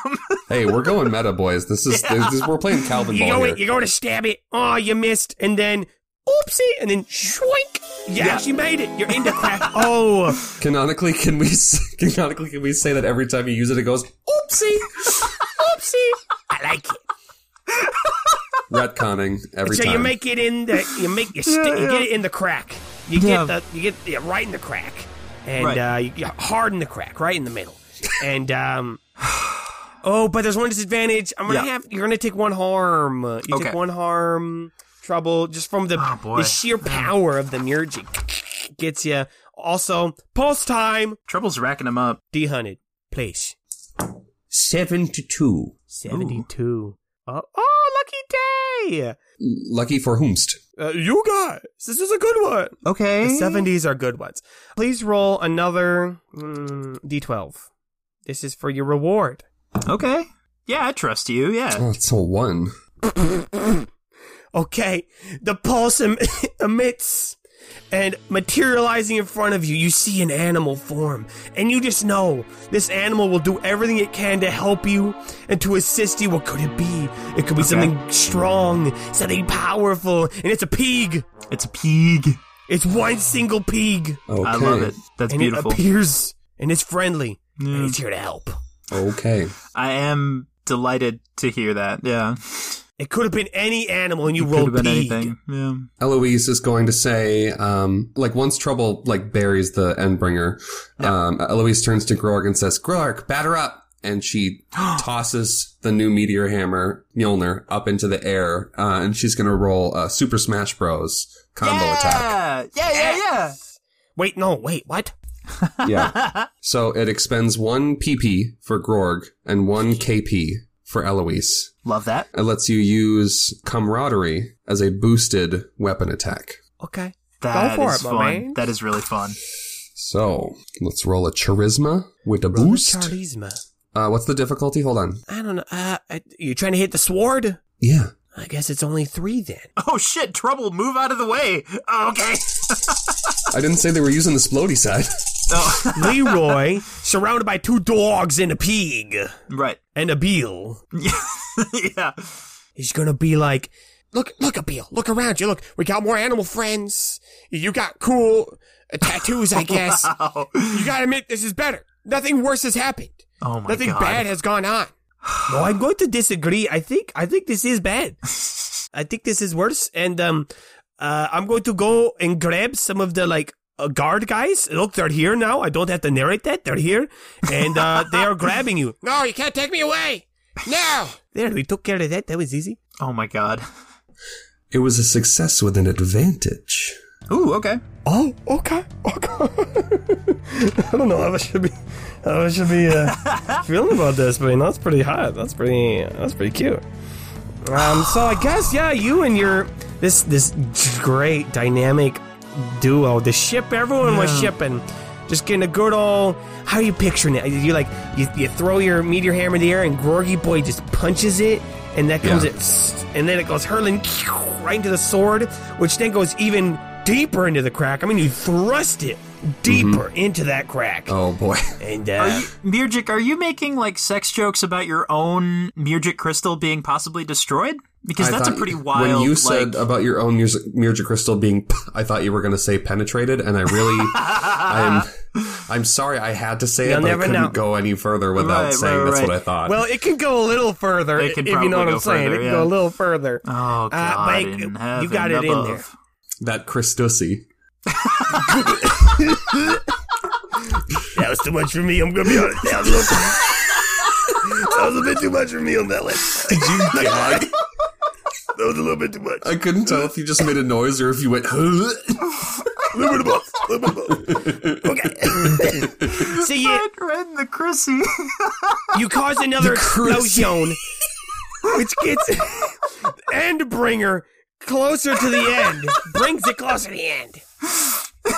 S2: hey, we're going meta, boys. This is this, this, we're
S4: <laughs>
S2: playing Calvin
S4: You
S2: Ball
S4: go,
S2: here.
S4: in, you go to stab it. Oh, you missed, and then oopsie, and then shwink. You
S3: Yeah.
S4: actually made it. You're in
S3: <laughs>
S4: the crack. oh,
S2: Canonically, can we s- <laughs> canonically can we say that every time you use it, it goes
S4: oopsie, oopsie. I like it.
S2: retconning every
S4: so
S2: time.
S4: you make it in the you make you, sti- you get it in the crack. You
S3: Yeah.
S4: get the you get yeah, right in the crack, and
S3: Right.
S4: uh, you, you hard in the crack, right in the middle. And um, <sighs> oh, but there's one disadvantage. I'm gonna
S3: Yeah.
S4: have you're gonna take one harm. You
S3: Okay.
S4: take one harm. Trouble just from the,
S3: Oh, boy.
S4: the sheer power of the Nurgic gets you. Also, pulse time.
S3: Trouble's racking him up.
S4: D hunted. Place
S2: Seven to two.
S4: seventy two. Oh, oh, lucky day.
S2: Lucky for whomst.
S4: Uh, you guys, this is a good one. Mm.
S3: Okay.
S4: The 70s are good ones. Please roll another mm, d12. This is for your reward.
S3: Okay. Yeah, I trust you. Yeah.
S2: Oh, it's a one.
S4: Okay, the pulse em- <laughs> emits and materializing in front of you, you see an animal form. And you just know this animal will do everything it can to help you and to assist you. What could it be? It could be something strong, something powerful, and it's a pig.
S3: It's a pig.
S4: It's one single pig.
S2: Okay.
S3: I love it. That's
S4: and
S3: beautiful.
S4: it appears and it's friendly and it's here to help.
S2: Okay.
S3: I am delighted to hear that. Yeah.
S4: It could have been any animal, and you
S3: Could have
S4: rolled
S3: been
S4: pig.
S3: anything. Yeah.
S2: Eloise is going to say, um, like once trouble like buries the Endbringer, um, Eloise turns to Grorg and says, "Grorg, batter up!" And she tosses the new meteor hammer Mjolnir up into the air, uh, and she's going to roll uh, Super Smash Bros. combo attack.
S3: Yeah, yeah, yeah.
S4: Wait, no, wait, what?
S2: Yeah. so it expends one PP for Grorg and one KP for Eloise.
S3: Love that.
S2: It lets you use camaraderie as a boosted weapon attack.
S4: Okay,
S3: That is
S4: for it, my
S3: fun.
S4: man.
S3: That is really fun.
S2: So let's roll a charisma with a boost.
S4: charisma.
S2: Uh, what's the difficulty? Hold on.
S4: I don't know. Uh, I- you trying to hit the sword?
S2: Yeah.
S4: I guess it's only three then.
S3: Oh shit, trouble, move out of the way. Oh, okay.
S2: I didn't say they were using the splody side. <laughs>
S3: Oh, <laughs>
S4: <laughs> Leroy, surrounded by two dogs and a pig
S3: right. <laughs>
S4: and a beel,
S3: yeah.
S4: is gonna be like, look, look, Abil, look around you. Look, we got more animal friends. You got cool uh, tattoos, I guess.
S3: Oh,
S4: <laughs> You gotta admit, this is better. Nothing worse has happened.
S3: oh my
S4: Nothing
S3: god.
S4: bad has gone on. no, I'm going to disagree. I think I think this is
S5: <laughs>
S4: bad. I think this is worse. And um, uh, I'm going to go and grab some of the like uh, guard guys. Look, they're here now. I don't have to narrate that. They're here, and
S5: <laughs>
S4: uh, they are grabbing you.
S5: No, you can't take me away. No.
S4: There, we took care of that. That was easy.
S3: Oh my god.
S2: It was a success with an advantage.
S3: Ooh, okay.
S4: Oh, okay, <laughs> okay. I don't know how I should be. How I Oh, should be uh, feeling about this, but you know, that's pretty hot. That's pretty. That's pretty cute. Um, so I guess yeah, you and your this this great dynamic duo, the ship everyone was shipping, just getting a good old. How are you picturing it? You like you, you throw your meteor hammer in the air, and Gorgy Boy just punches it, and that comes
S2: Yeah.
S4: it, and then it goes hurling right into the sword, which then goes even deeper into the crack. I mean, you thrust it deeper into that crack,
S2: Oh boy.
S4: and uh,
S3: Are you, Mirjik, are you making like sex jokes about your own Mirjik crystal being possibly destroyed? Because
S2: I
S3: that's a
S2: thought-
S3: pretty wild.
S2: When you
S3: like,
S2: said about your own music, Mirja Crystal being, <laughs> p- I thought you were going to say penetrated, and I really,
S3: <laughs>
S2: I'm, I'm sorry I had to say
S4: You'll
S2: it, but I
S4: never
S2: couldn't
S4: know.
S2: go any further without
S3: Right,
S2: saying
S3: right,
S2: that's
S3: right.
S2: what I thought.
S4: well, it can go a little further.
S3: It can
S4: if you know
S3: probably
S4: what
S3: go
S4: I'm saying,
S3: further,
S4: it can
S3: yeah.
S4: go a little further.
S3: oh god,
S4: like,
S3: in
S4: Uh, you
S3: heaven
S4: got it in
S3: above.
S4: there.
S2: that <laughs> Christussy.
S4: That was too much for me. I'm gonna be honest. That was a, little, that was a bit too much for me on that last. That
S2: God,
S4: was a little bit too much.
S2: I couldn't tell if you just made a noise or if you went. <laughs>
S3: <laughs> Uh-huh.
S4: <laughs> See, you,
S3: Red the Chrissy. <laughs>
S4: you cause another
S2: cruise-
S4: explosion, which gets end bringer closer to the end, brings it closer to the end,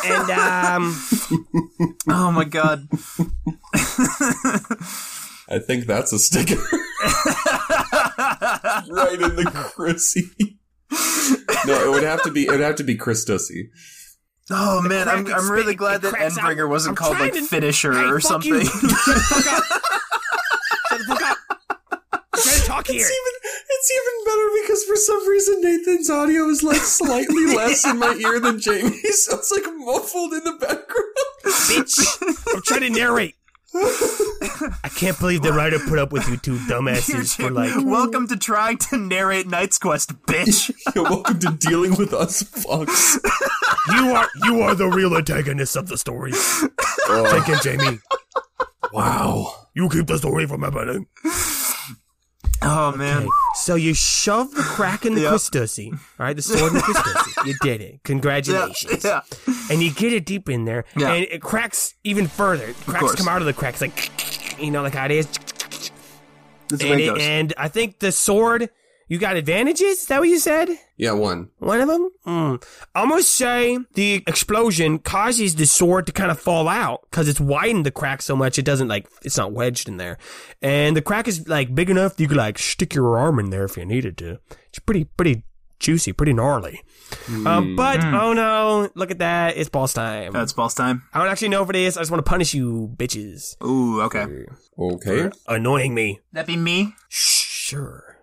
S4: and um,
S3: oh my
S4: <laughs>
S3: god.
S2: I think that's a <laughs> sticker. right in the Chrissy. no, it would have to be. It would have to be Christussy.
S3: Oh man, I'm,
S4: crack
S3: I'm
S4: is
S3: really
S4: spitting-
S3: glad
S4: it
S3: that
S4: cracks out.
S3: Endbringer wasn't
S4: I'm
S3: called
S4: trying
S3: like
S4: to-
S3: Finisher
S4: Hey,
S3: or <laughs>
S4: fuck
S3: something.
S4: you. shut the fuck up. I'm trying to talk here.
S2: it's even better because for some reason Nathan's audio is like slightly <laughs> less in my ear than <laughs> Jamie's. So it's like muffled in the background.
S4: bitch. I'm trying to narrate. I can't believe the writer put up with you two
S3: <laughs>
S4: dumbasses
S3: You're
S4: for like.
S3: welcome to trying to narrate Knight's Quest,
S4: <laughs>
S3: bitch.
S2: You're welcome to dealing with us fucks.
S4: You are
S6: You are the real antagonist of the story.
S2: Oh.
S6: Thank you, Jamie.
S2: Wow.
S6: You keep the story from happening.
S3: oh man,
S4: So you shove the crack in the
S3: Yep.
S4: Christosi, all right? The sword in the
S3: <laughs>
S4: Christosi. You did it.
S3: yeah,
S4: Congratulations.
S3: yeah.
S4: And you get it deep in there,
S3: Yeah.
S4: and it cracks even further. Cracks
S3: course.
S4: come out of the cracks, like, you know, like how it is.
S3: That's the way
S4: And,
S3: it
S4: it-
S3: goes.
S4: and I think the sword, you got advantages? Is that what you said?
S2: Yeah, one.
S4: One of them? Mm. I'm going to say the explosion causes the sword to kind of fall out because it's widened the crack so much it doesn't like, it's not wedged in there. And the crack is like big enough you could like stick your arm in there if you needed to. It's pretty, pretty juicy, pretty gnarly. Um, but, oh no, look at that. It's boss time.
S3: That's boss time.
S4: I don't actually know if it is. I just want to punish you bitches.
S3: Ooh, okay.
S2: Okay.
S4: Annoying me.
S3: That be me.
S4: Sure.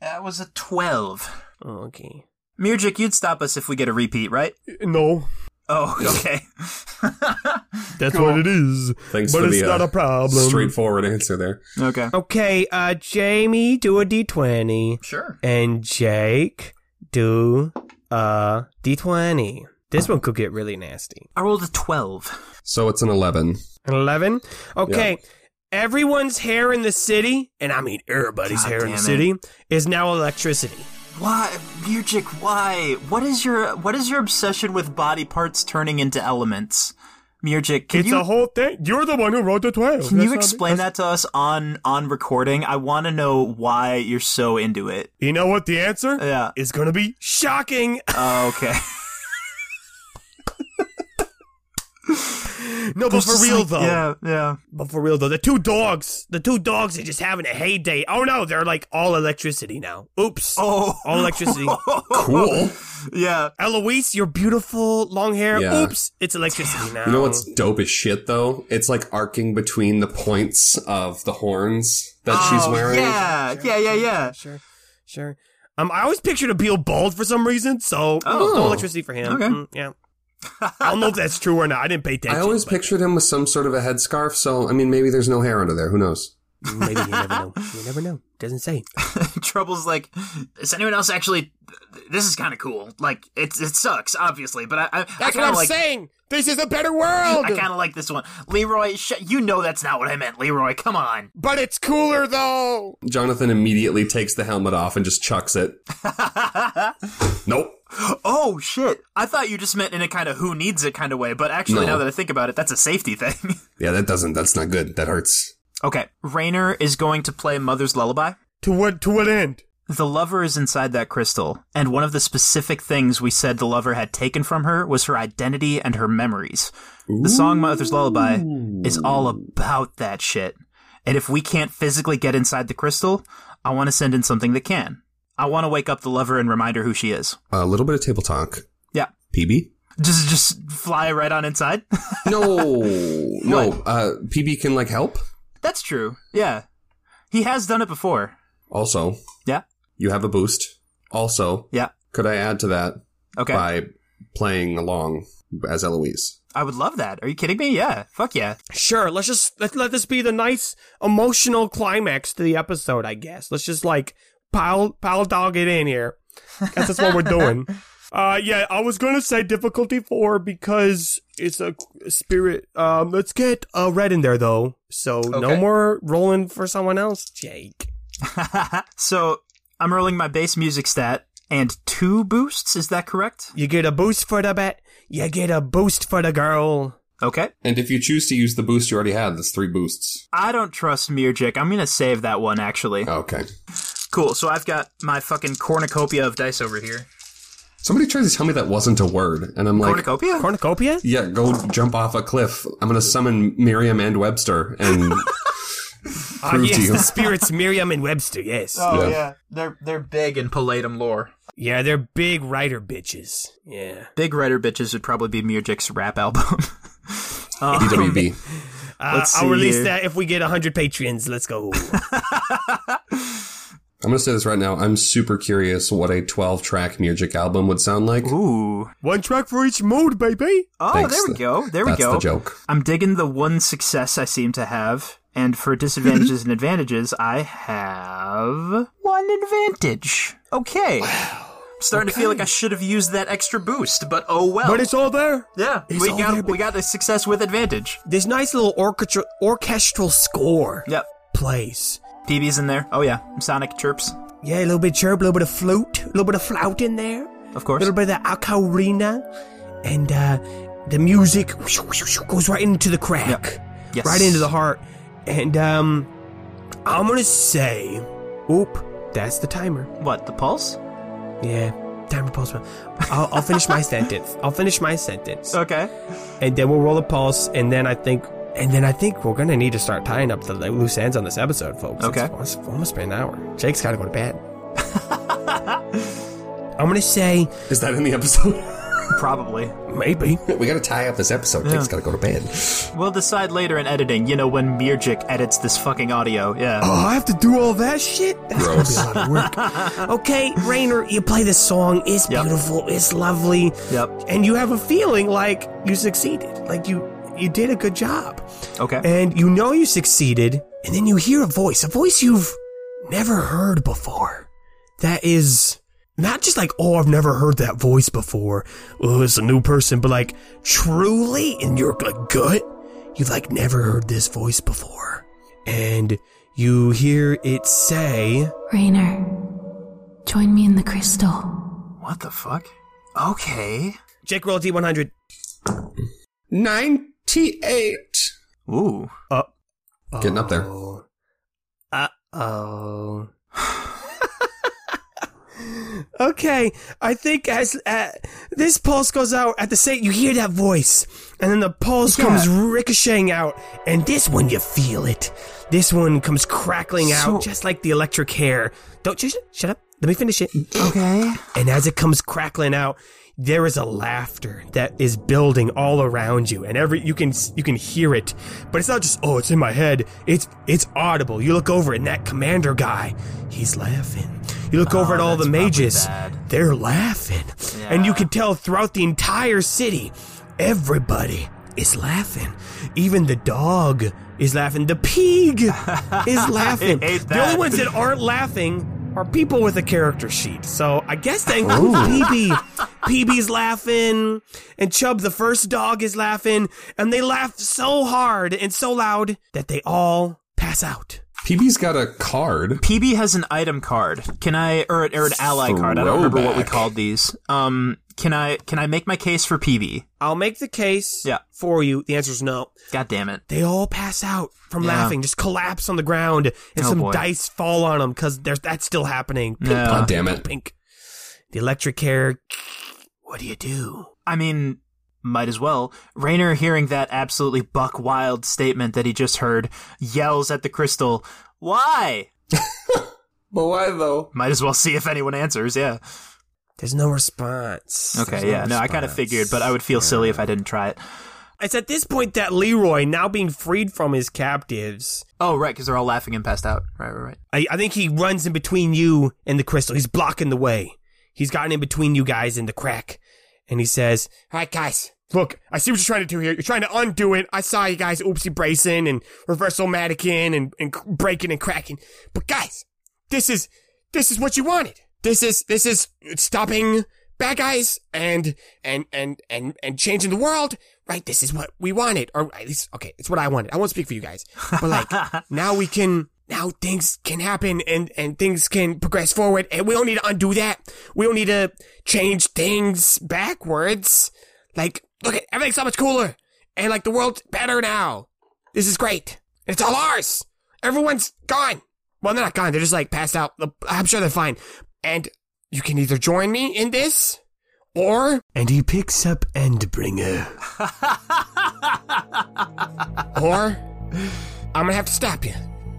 S3: That was a twelve.
S4: Okay.
S3: Mirjik, you'd stop us if we get a repeat, right?
S6: No,
S3: Oh, okay. <laughs>
S6: that's what it is.
S2: Thanks
S6: but
S2: for
S6: it's
S2: the, uh,
S6: not a problem.
S2: Straightforward answer there.
S3: okay.
S4: Okay, uh, Jamie, do a d20.
S3: Sure.
S4: and Jake do a d20. This one could get really nasty.
S3: I rolled a 12.
S2: So it's an 11.
S4: An 11? Okay. Everyone's hair in the city, and I mean everybody's
S3: God
S4: hair in the
S3: damn it.
S4: city, is now electricity.
S3: Why, Mirjik, why? What is your what is your obsession with body parts turning into elements? Mirjik, can
S6: it's
S3: you
S6: a whole thing. You're the one who wrote the 12.
S3: can
S6: That's
S3: you
S6: not me.
S3: explain that to us on on recording? I want to know why you're so into it.
S6: You know what the answer
S3: Yeah.
S6: is going to be?
S4: Shocking!
S3: Oh, okay.
S6: No, but for
S3: Just
S6: real
S3: like-
S6: though.
S3: Yeah, yeah.
S4: But for real though, the two dogs, the two dogs are just having a heyday. Oh no, they're like all electricity now. Oops.
S3: Oh.
S4: All <laughs> electricity.
S2: Cool.
S3: <laughs> Yeah.
S4: Eloise, your beautiful long hair.
S2: Yeah.
S4: Oops, it's electricity now.
S2: You know what's
S3: Um,
S2: dope as shit though? It's like arcing between the points of the horns that she's
S3: Oh,
S2: wearing.
S3: Yeah. Yeah, yeah,
S4: <laughs>
S3: yeah.
S4: sure, sure. Um, I always pictured a Beal bald for some reason, so mm,
S3: Oh.
S4: no electricity for him.
S3: Okay.
S4: Mm, yeah. I don't know if that's true or not. I didn't pay attention.
S2: I always
S4: <laughs> but
S2: pictured him with some sort of a headscarf, so I mean maybe there's no hair under there. Who knows?
S4: maybe you never know. You never know. Doesn't say.
S3: Trouble's like, is anyone else actually? This is kind of cool. Like, it it sucks, obviously, but I, I I
S4: That's what
S3: kind
S4: I'm
S3: of like.
S4: saying. This is a better world,
S3: I kind of like this one, Leroy. Sh- you know that's not what I meant, Leroy. Come on. <laughs>
S4: but it's cooler though.
S2: Jonathan immediately takes the helmet off and just chucks it. <laughs> nope.
S3: Oh shit! I thought you just meant in a kind of who needs it kind of way, but actually,
S2: No.
S3: now that I think about it, that's a safety thing. <laughs>
S2: Yeah, that doesn't that's not good. That hurts.
S3: okay, Rainer is going to play Mother's Lullaby.
S6: To what to what end?
S3: The lover is inside that crystal, and one of the specific things we said the lover had taken from her was her identity and her memories. The song Mother's Lullaby is all about that shit. And if we can't physically get inside the crystal, I want to send in something that can. I want to wake up the lover and remind her who she is.
S2: A little bit of table talk.
S3: Yeah.
S2: PB?
S3: Just just fly right on inside. <laughs>
S2: No. no. Uh PB can like help.
S3: That's true. Yeah. He has done it before.
S2: Also,
S3: Yeah.
S2: you have a boost. Also,
S3: Yeah.
S2: could I add to that
S3: Okay.
S2: by playing along as Eloise?
S3: I would love that. Are you kidding me? Yeah. Fuck yeah.
S4: Sure. Let's just let let this be the nice emotional climax to the episode. I guess. Let's just like pile pile dog it in here.
S6: Guess that's what we're
S2: <laughs>
S6: doing. Uh, yeah, I was gonna say difficulty four because it's a spirit.
S4: Um, let's get uh red in there though. So no
S3: Okay.
S4: more rolling for someone else, Jake.
S3: <laughs> so I'm rolling my base music stat and two boosts. Is that correct?
S4: You get a boost for the bet. You get a boost for the girl.
S3: Okay.
S2: And if you choose to use the boost you already had, that's three boosts.
S3: I don't trust Mirjik. I'm gonna save that one actually.
S2: Okay.
S3: Cool. So I've got my fucking cornucopia of dice over here.
S2: Somebody tried to tell me that wasn't a word, and I'm like,
S3: cornucopia?
S4: Cornucopia?
S2: yeah, go jump off a cliff. I'm going to summon Miriam and Webster <laughs> and
S4: Ah,
S2: prove to
S4: yes,
S2: you. Uh, <laughs>
S4: the spirits Miriam and Webster. Yes.
S2: Yeah.
S3: Oh, They're they're big in Palladium lore.
S4: Yeah, they're big writer bitches. Yeah.
S3: Big writer bitches would probably be Mirjik's rap <laughs> album.
S2: BWB.
S4: Uh,
S3: Let's
S4: I'll
S3: see
S4: release
S3: here.
S4: that if we get 100 patrons. Let's go.
S2: I'm I'm going to say this right now. I'm super curious what a 12 track music album would sound like.
S3: Ooh.
S4: One track for each mode, baby.
S3: Oh,
S2: Thanks.
S3: there we go. There we
S2: That's
S3: go.
S2: the joke.
S3: I'm digging the one success I seem to have. And for disadvantages and advantages, I have one advantage. Okay. Starting to feel like I should have used that extra boost, <laughs> but oh well.
S4: But it's all there.
S3: yeah,
S4: it's
S3: we
S4: all
S3: got
S4: there,
S3: we got a success with advantage.
S4: This nice little orchestra- orchestral score
S3: Yep.
S4: plays.
S3: PB's in there. Oh yeah, sonic chirps,
S4: Yeah, a little bit chirp, a little bit of flute, a little bit of flout in there, a
S3: of course.
S4: little bit of the ocarina, and uh, the music goes right into the crack,
S3: Yes.
S4: right into the heart. And um, I'm gonna say, oop, that's the timer.
S3: What the pulse?
S4: Yeah, timer pulse. I'll, I'll finish my <laughs> sentence. I'll finish my sentence,
S3: Okay.
S4: and then we'll roll a pulse, and then I think. And then I think we're gonna need to start tying up the loose ends on this episode, folks.
S3: Okay.
S4: It's almost, almost been an hour. Jake's gotta go to bed. <laughs> I'm gonna say
S2: Is that in the episode? <laughs>
S3: Probably.
S4: maybe.
S2: we got to tie up this episode. Jake's got to go to bed.
S3: We'll decide later in editing. You know when Mirjik edits this fucking audio. Yeah.
S4: Oh, I have to do all that shit? That's
S2: Gross.
S4: gonna be a lot
S3: <laughs>
S4: of work. okay, Rainer, you play this song. It's
S3: Yep.
S4: beautiful. It's lovely.
S3: Yep.
S4: And you have a feeling like you succeeded. Like you you did a good job.
S3: Okay.
S4: And you know you succeeded. And then you hear a voice, a voice you've never heard before. That is not just like, oh, I've never heard that voice before. Oh, it's a new person, but like truly in your like, gut, you've like never heard this voice before. And you hear it say,
S7: Rainer, join me in the crystal.
S3: what the fuck? Okay.
S4: Jake roll D D100.
S2: 98.
S3: Ooh.
S2: Getting up there.
S4: Uh oh. <laughs> okay, I think as uh, this pulse goes out at the same, you hear that voice, and then the pulse comes ricocheting out, and this one you feel it. This one comes crackling out, just like the electric hair. Don't just shut up. Let me finish it.
S3: Okay.
S4: And as it comes crackling out, there is a laughter that is building all around you, and every you can you can hear it. But it's not just oh, it's in my head. It's it's audible. You look over, and that commander guy, he's laughing. You look over at all the mages, they're laughing, and you can tell throughout the entire city, everybody is laughing. Even the dog is laughing. The pig is laughing.
S3: hate
S4: The only
S3: that.
S4: ones that aren't laughing are people with a character sheet. So I guess that includes PB. PB's laughing, and Chubb, the first dog, is laughing, and they laugh so hard and so loud that they all pass out.
S2: PB's got a card.
S3: PB has an item card. Can I or, or an ally card? I don't remember what we
S2: Throwback.
S3: called these. Um, can I can I make my case for PB?
S4: I'll make the case
S3: Yeah.
S4: for you. The answer is no.
S3: God damn it.
S4: They all pass out from
S3: Yeah.
S4: laughing, just collapse on the ground, and
S3: Oh,
S4: some
S3: boy.
S4: dice fall on them because that's still happening. Pink,
S3: Yeah.
S2: God damn it.
S4: pink. The electric hair. What do you do?
S3: I mean, might as well. Rainer, hearing that absolutely buck wild statement that he just heard, yells at the crystal, Why?
S2: But why though?
S3: Might as well see if anyone answers, yeah.
S4: There's no response. There's
S3: Okay, yeah, no, I kind of
S4: response.
S3: figured, but I would feel silly if I didn't try it.
S4: It's at this point that Leroy, now being freed from his captives,
S3: Oh, right, because they're all laughing and passed out. Right, right, right.
S4: I, I think he runs in between you and the crystal. He's blocking the way. He's gotten in between you guys in the crack. And he says,
S5: All right, guys. Look, I see what you're trying to do here. You're trying to undo it. I saw you guys oopsie bracing and reversal mannequin and, and cr- breaking and cracking. But guys, this is this is what you wanted. This is this is stopping bad guys and and and and and changing the world. Right? This is what we wanted, or at least okay, it's what I wanted. I won't speak for you guys, but like now we can now things can happen and and things can progress forward, and we don't need to undo that. We don't need to change things backwards. Like, look at everything's so much cooler, and like the world's better now. This is great. It's all ours. Everyone's gone. Well, they're not gone. They're just like passed out. I'm sure they're fine. And you can either join me in this, or
S4: and he picks up Endbringer.
S5: <laughs> or I'm gonna have to stop you.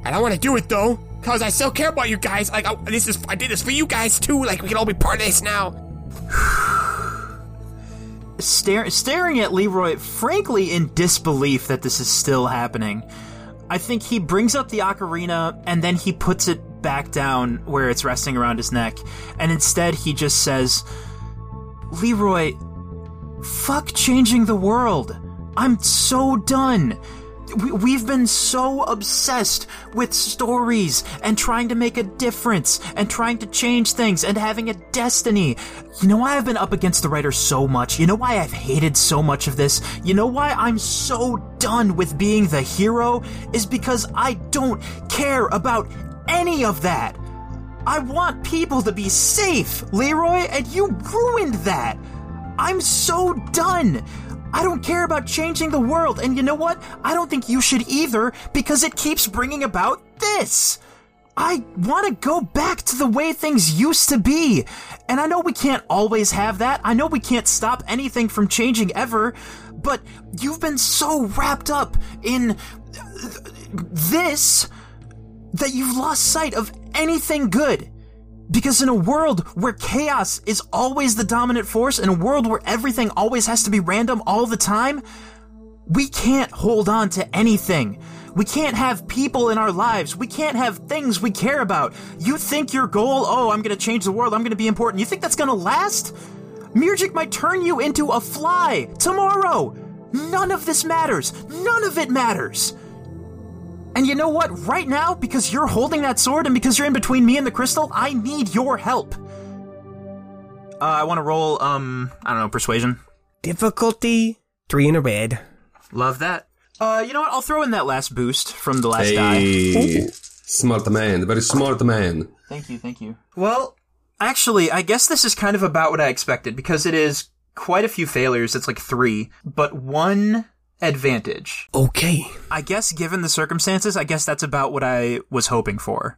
S5: I don't want to do it though, cause I still care about you guys. Like I, this is, I did this for you guys too. Like we can all be part of this now.
S3: Star- staring at Leroy, frankly in disbelief that this is still happening. I think he brings up the ocarina and then he puts it back down where it's resting around his neck. And instead, he just says, Leroy, fuck changing the world. I'm so done. We- We've been so obsessed with stories and trying to make a difference and trying to change things and having a destiny. You know why I've been up against the writer so much? You know why I've hated so much of this? You know why I'm so done with being the hero? Is because I don't care about any of that. I want people to be safe, Leroy, and you ruined that. I'm so done. I don't care about changing the world, and you know what? I don't think you should either because it keeps bringing about this. I want to go back to the way things used to be. And I know we can't always have that. I know we can't stop anything from changing ever, but you've been so wrapped up in uh, this that you've lost sight of anything good. Because in a world where chaos is always the dominant force, in a world where everything always has to be random all the time, we can't hold on to anything. We can't have people in our lives. We can't have things we care about. You think your goal, oh, I'm gonna change the world, I'm gonna be important, you think that's gonna last? Music might turn you into a fly tomorrow. None of this matters. None of it matters. And you know what? Right now, because you're holding that sword and because you're in between me and the crystal, I need your help. Uh, I want to roll, um, I don't know, persuasion.
S4: Difficulty three in a red.
S3: Love that. Uh, you know what? I'll throw in that last boost from the last die.
S2: Hey, smart man, very smart man.
S3: Thank you, thank you. Well, actually, I guess this is kind of about what I expected because it is quite a few failures. It's like three, but one advantage.
S4: Okay.
S3: I guess given the circumstances, I guess that's about what I was hoping for.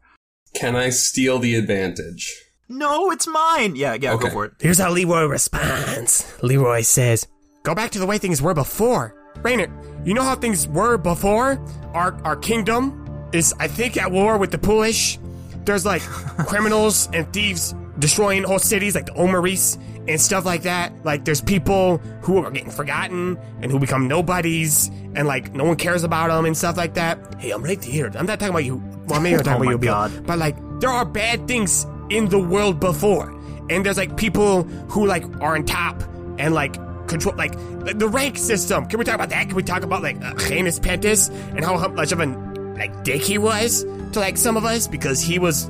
S2: Can I steal the advantage?
S3: No, it's mine. Yeah, yeah,
S2: Okay.
S3: go for it.
S4: Here's how Leroy responds. Leroy says, Go back to the way things were before.
S5: Rainer, you know how things were before? Our our kingdom is, I think, at war with the Polish. There's like <laughs> criminals and thieves destroying whole cities, like the Omaris and stuff like that. Like there's people who are getting forgotten and who become nobodies, and like no one cares about them and stuff like that. Hey, I'm right here. I'm not talking about you. Well, maybe
S3: <laughs>
S5: I'm talking about
S3: Oh my
S5: you, Bill.
S3: God.
S5: But like, there are bad things in the world before, and there's like people who like are on top and like control like the- the rank system. Can we talk about that? Can we talk about like uh, Janus Pantis and how, how much of an like dick he was to like some of us because he was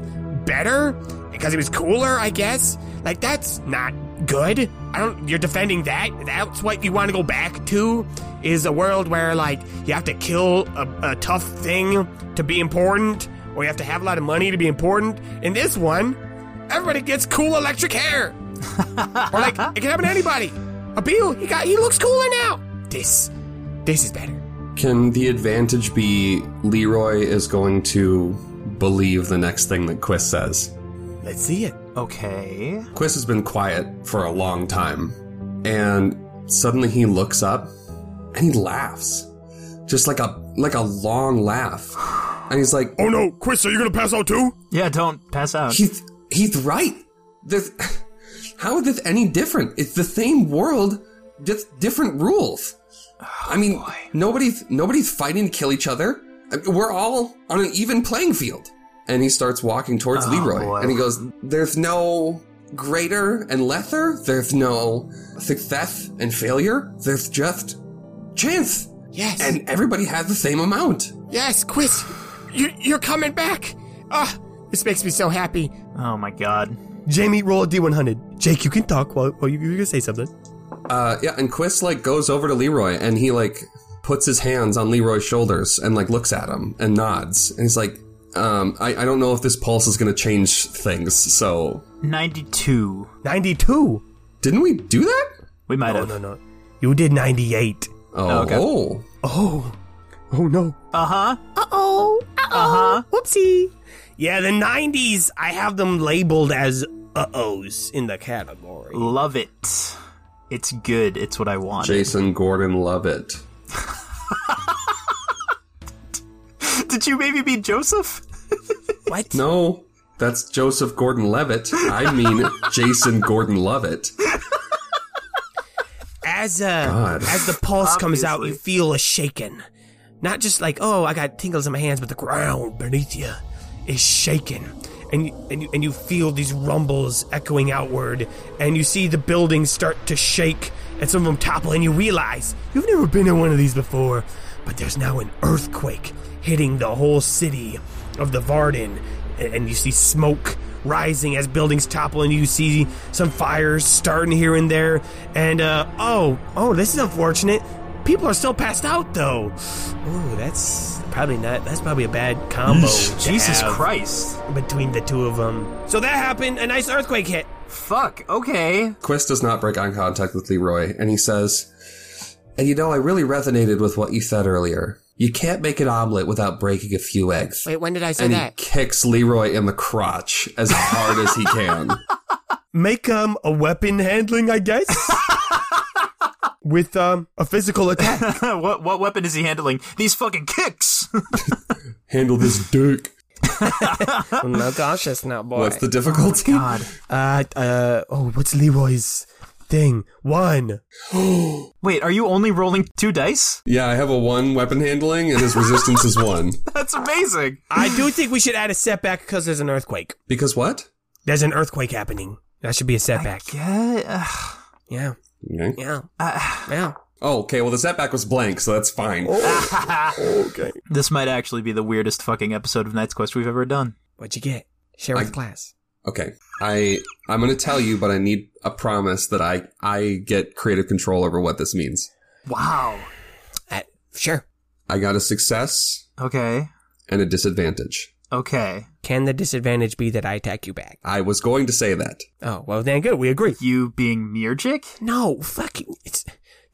S5: better because he was cooler, I guess. Like that's not good. I don't. You're defending that. That's what you want to go back to. Is a world where like you have to kill a, a tough thing to be important, or you have to have a lot of money to be important. In this one, everybody gets cool electric hair. or like it can happen to anybody. Abil, he got he looks cooler now. This, this is better.
S2: Can the advantage be Leroy is going to believe the next thing that Quiz says?
S5: Let's see it.
S3: Okay.
S2: Quiz has been quiet for a long time, and suddenly he looks up and he laughs, just like a like a long laugh, and he's like,
S6: Oh no, Chris, are you gonna pass out too?
S3: Yeah, don't pass out.
S2: "Heath, Heath, right? There's, how is this any different? It's the same world, just different rules. I mean, nobody's nobody's fighting to kill each other. I mean, We're all on an even playing field." And he starts walking towards Leroy,
S3: boy.
S2: and he goes, "There's no." Greater and lesser, there's no success and failure, there's just chance.
S5: Yes.
S2: And everybody has the same amount.
S5: Yes, Quiz, you, you're coming back. Ah, this makes me so happy.
S3: Oh my god.
S4: Jamie, roll a D100. Jake, you can talk while, while you, you're gonna say something.
S2: Uh, yeah, and Quist like goes over to Leroy and he like puts his hands on Leroy's shoulders and like looks at him and nods and he's like, um, I, I don't know if this pulse is gonna change things. So
S3: 92.
S4: 92.
S2: didn't we do that?
S3: We might
S4: No,
S3: have.
S4: Oh, no, no. You did 98.
S2: Oh,
S3: Okay.
S2: oh.
S4: Oh. Oh no.
S3: Uh huh.
S4: Uh-oh.
S3: Uh-huh.
S4: Whoopsie. Yeah, the 90s, I have them labeled as uh-ohs in
S3: <laughs>
S4: the category.
S3: Love it. It's good. It's what I want.
S2: Jason Gordon Levitt.
S3: <laughs> Did you maybe be Joseph?
S4: What?
S2: No, that's Joseph Gordon Levitt. I mean Jason Gordon Levitt.
S4: As uh,
S2: God.
S4: as the pulse comes out, you
S3: Obviously.
S4: feel a shaken. Not just like, oh, I got tingles in my hands, but the ground beneath you is shaking. And you, and, you, and you feel these rumbles echoing outward, and you see the buildings start to shake, and some of them topple, and you realize you've never been in one of these before, but there's now an earthquake hitting the whole city of the Varden, and, and you see smoke rising as buildings topple, and you see some fires starting here and there. And uh, oh, oh, this is unfortunate. People are still passed out though. Ooh, that's probably not. That's probably a bad combo. to
S3: Jesus
S4: have
S3: Christ.
S4: Between the two of them. So that happened. A nice earthquake hit.
S3: Fuck. Okay. <laughs>
S2: Quist does not break eye contact with Leroy, and he says, And you know, I really resonated with what you said earlier. You can't make an omelet without breaking a few eggs.
S8: Wait, when did I say
S2: and he
S8: that?
S2: kicks Leroy in the crotch as hard as he can.
S4: Make um a weapon handling,
S8: <laughs>
S4: I guess. With um a physical <laughs> attack.
S3: what what weapon is he handling? These fucking kicks.
S2: <laughs>
S3: <laughs>
S2: Handle this dick.
S8: no cautious now, boy.
S2: What's the difficulty?
S3: Oh God.
S4: Uh uh oh, what's Leroy's thing? One.
S3: Wait, are you only rolling two dice? <laughs>
S2: yeah, I have a one weapon handling, and his resistance is one.
S3: That's amazing.
S4: I do think we should add a setback because there's an earthquake.
S2: Because what?
S4: There's an earthquake happening. That should be a setback.
S3: Yeah. <laughs>
S8: yeah,
S2: Okay.
S8: yeah,
S4: Uh,
S8: yeah.
S2: Oh, okay. Well, the setback was blank, so that's fine.
S5: Oh.
S3: This might actually be the weirdest fucking episode of Night's Quest we've ever done.
S8: What'd you get? Share with class.
S2: Okay. I I'm gonna tell you, but I need a promise that I I get creative control over what this means.
S3: Wow.
S8: Uh, sure.
S2: I got a success
S3: Okay.
S2: and a disadvantage.
S3: Okay.
S8: Can the disadvantage be that I attack you back?
S2: I was going to say that.
S8: Oh well, then good. We agree.
S3: You being Mirjik?
S8: No, fucking. It's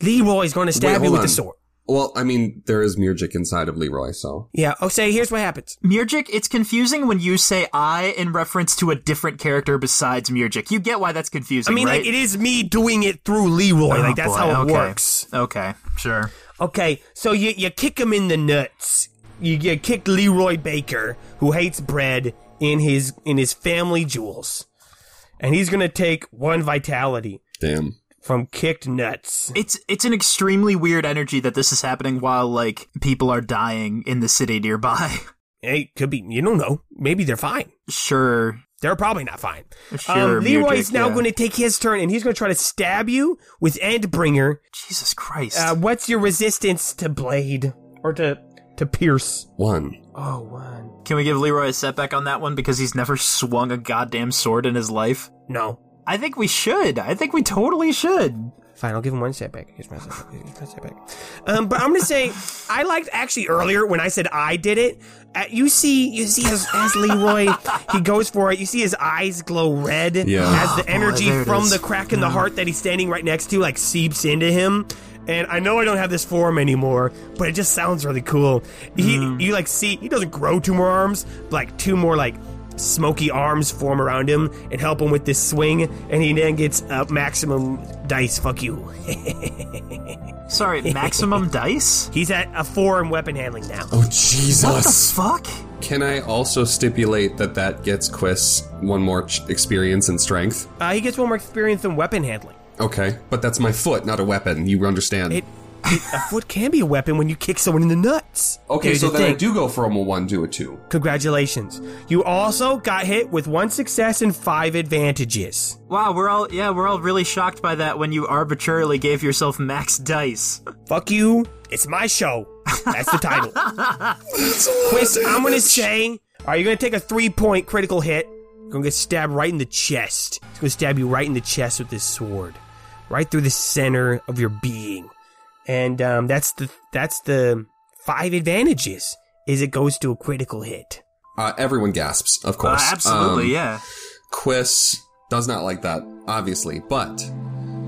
S4: Leroy's going to stab
S2: Wait,
S4: you
S2: hold
S4: with
S2: on.
S4: the sword.
S2: Well, I mean, there is Murgic inside of Leroy, so
S8: yeah. Oh, say here's what happens.
S3: Mirjik, it's confusing when you say I in reference to a different character besides Mirjik. You get why that's confusing,
S4: I mean,
S3: right?
S4: like it is me doing it through Leroy.
S3: Oh,
S4: like that's
S3: boy.
S4: how it
S3: Okay.
S4: works.
S3: Okay, sure.
S4: Okay, so you you kick him in the nuts. You, you kick Leroy Baker, who hates bread, in his in his family jewels, and he's gonna take one vitality
S2: damn.
S4: from kicked nuts.
S3: It's it's an extremely weird energy that this is happening while like people are dying in the city nearby. <laughs>
S4: Hey, could be you don't know. Maybe they're fine.
S3: sure.
S4: They're probably not fine.
S3: Sure,
S4: um, Leroy's
S3: Mudrick,
S4: now
S3: yeah.
S4: going to take his turn, and he's going to try to stab you with Endbringer.
S3: Jesus Christ.
S4: Uh, what's your resistance to blade or to to pierce?
S2: One.
S4: Oh, one.
S3: Can we give Leroy a setback on that one because he's never swung a goddamn sword in his life?
S4: No.
S3: I think we should. I think we totally should.
S4: Fine, I'll give him one setback. Here's my setback. Here's my setback. Um, but I'm gonna say I liked actually earlier when I said I did it. Uh, you see, you see, as, as Leroy he goes for it. You see his eyes glow red
S2: Yeah.
S4: as the energy
S3: there it
S4: from
S3: is. Mm.
S4: the crack in the heart that he's standing right next to like seeps into him. And I know I don't have this form anymore, but it just sounds really cool. He,
S3: Mm.
S4: you like see, he doesn't grow two more arms, but like two more like smoky arms form around him and help him with this swing. And he then gets uh, maximum dice. Fuck you. <laughs>
S3: Sorry, maximum dice?
S4: He's at a four in weapon handling now.
S2: Oh
S3: What the
S2: Jesus!
S3: fuck?
S2: Can I also stipulate that that gets Quis one more ch- experience and strength?
S4: Uh, he gets one more experience in weapon handling.
S2: Okay, but that's my foot, not a weapon. You understand?
S4: It, it a foot can be a weapon when you kick someone in the nuts.
S2: okay,
S4: Here's
S2: so
S4: the
S2: then I
S4: thing.
S2: do go from a one to a two.
S4: Congratulations. You also got hit with one success and five advantages.
S3: Wow, we're all yeah, we're all really shocked by that when you arbitrarily gave yourself max dice. Uh,
S4: Fuck you. It's my show. <laughs> That's the title. Quiz, I'm going to say, all right, you're going to take a three point critical hit. You're going to get stabbed right in the chest. It's going to stab you right in the chest with this sword, right through the center of your being. And um, that's the that's the five advantages is it goes to a critical hit.
S2: Uh, everyone gasps, of
S3: Uh,
S2: course.
S3: absolutely,
S2: Um,
S3: yeah.
S2: Quis does not like that, obviously, but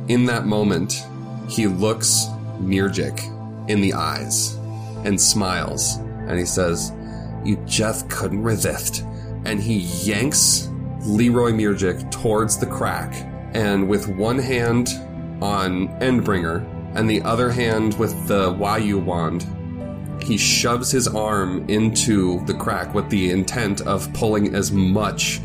S2: in that moment, he looks Mirjik in the eyes and smiles, and he says, You just couldn't resist. And he yanks Leroy Mirjik towards the crack, and with one hand on Endbringer and the other hand with the Wayu wand, he shoves his arm into the crack with the intent of pulling as much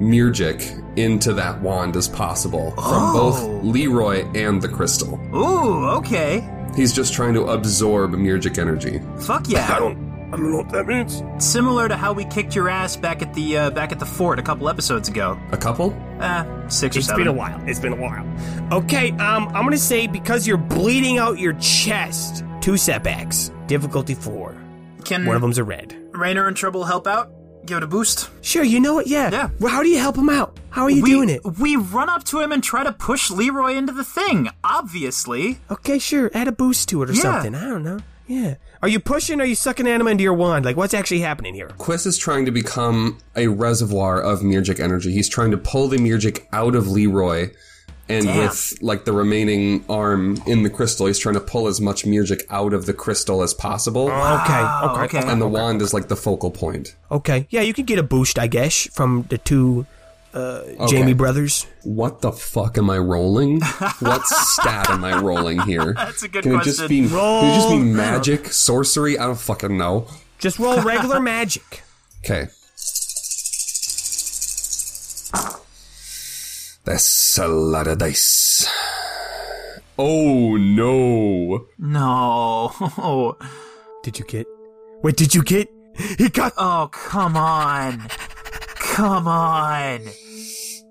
S2: Murgic into that wand as possible from both Leroy and the crystal.
S3: Ooh, okay.
S2: He's just trying to absorb Murgic energy.
S3: Fuck yeah.
S6: I don't. I don't know what that means.
S3: Similar to how we kicked your ass back at the uh, back at the fort a couple episodes ago.
S2: A couple?
S3: Eh, six or
S4: It's
S3: seven.
S4: been a while. It's been a while. Okay, um, I'm gonna say because you're bleeding out your chest, two setbacks. Difficulty four.
S3: Can
S4: One of them's a red.
S3: Rainer in trouble help out? Give it a boost.
S8: Sure, you know what? Yeah.
S3: Yeah.
S8: Well, how do you help him out? How are you
S3: we,
S8: doing it?
S3: We run up to him and try to push Leroy into the thing. Obviously,
S8: Okay, sure. Add a boost to it or
S3: Yeah.
S8: something. I don't know. Yeah.
S4: Are you pushing? Or are you sucking anima into your wand? Like, what's actually happening here?
S2: Quiss is trying to become a reservoir of Murgic energy. He's trying to pull the Murgic out of Leroy, and with like the remaining arm in the crystal, he's trying to pull as much Murgic out of the crystal as possible.
S4: Okay, okay,
S3: Oh, okay.
S2: And the wand is like the focal point.
S4: okay. Yeah, you can get a boost, I guess, from the two uh, Jamie brothers.
S2: What the fuck am I rolling?
S3: <laughs>
S2: what stat am I rolling here?
S3: That's a good
S2: can It just
S3: question.
S2: be, Can it just be magic, sorcery? I don't fucking know.
S4: Just
S3: <laughs>
S4: roll regular magic.
S2: Okay. That's a lot of dice. Oh no.
S3: no. <laughs>
S4: Did you get? Wait, did you get? He got.
S3: Oh come on, come on.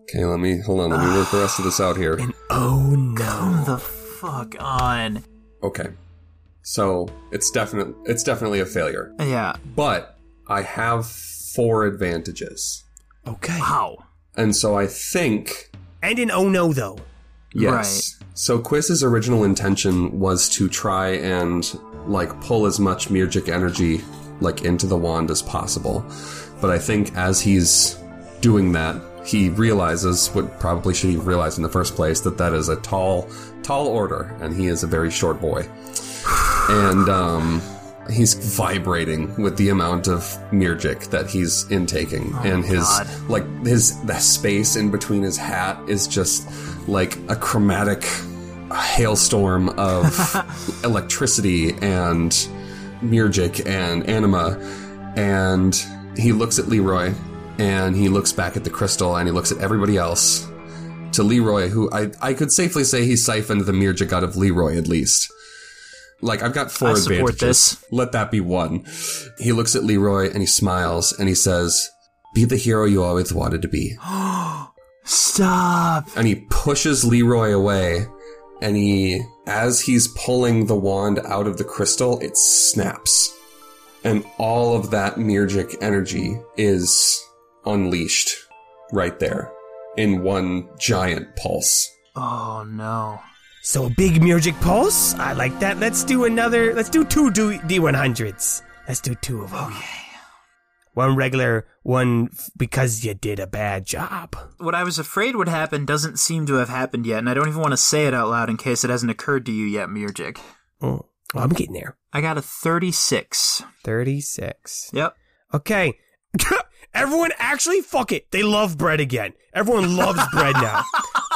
S2: Okay, let me hold on. Let me work the rest of this out here.
S4: Oh no!
S3: Come the fuck on.
S2: Okay. So it's definitely it's definitely a failure,
S3: Yeah.
S2: but I have four advantages,
S4: Okay.
S3: Wow.
S2: and so I think
S4: And an oh no though.
S2: Yes. So Quiz's original intention was to try and like pull as much Murgic energy like into the wand as possible. But I think as he's doing that, he realizes what probably should he realized in the first place that that is a tall, tall order, and he is a very short boy, and um, he's vibrating with the amount of Murgic that he's intaking, and his
S3: God.
S2: like his the space in between his hat is just like a chromatic hailstorm of electricity and Murgic and anima and he looks at Leroy and he looks back at the crystal and he looks at everybody else to Leroy who I, I could safely say he siphoned the Murgic out of Leroy at least. Like I've got four
S3: I support
S2: advantages.
S3: this.
S2: Let that be one. He looks at Leroy and he smiles and he says, "Be the hero you always wanted to be."
S3: Stop.
S2: and he pushes Leroy away. And he, as he's pulling the wand out of the crystal, it snaps. And all of that Murgic energy is unleashed right there in one giant pulse.
S3: Oh no.
S4: So a big Murgic pulse. I like that. Let's do another. Let's do two D one hundreds. Let's do two of them. Okay. One regular, one f- because you did a bad job.
S3: What I was afraid would happen doesn't seem to have happened yet, and I don't even want to say it out loud in case it hasn't occurred to you yet, Murgic.
S4: Oh, well, I'm getting there.
S3: I got a 36.
S4: Thirty-six.
S3: Yep.
S4: Okay. <laughs> Everyone, actually, fuck it. They love bread again. Everyone loves bread now.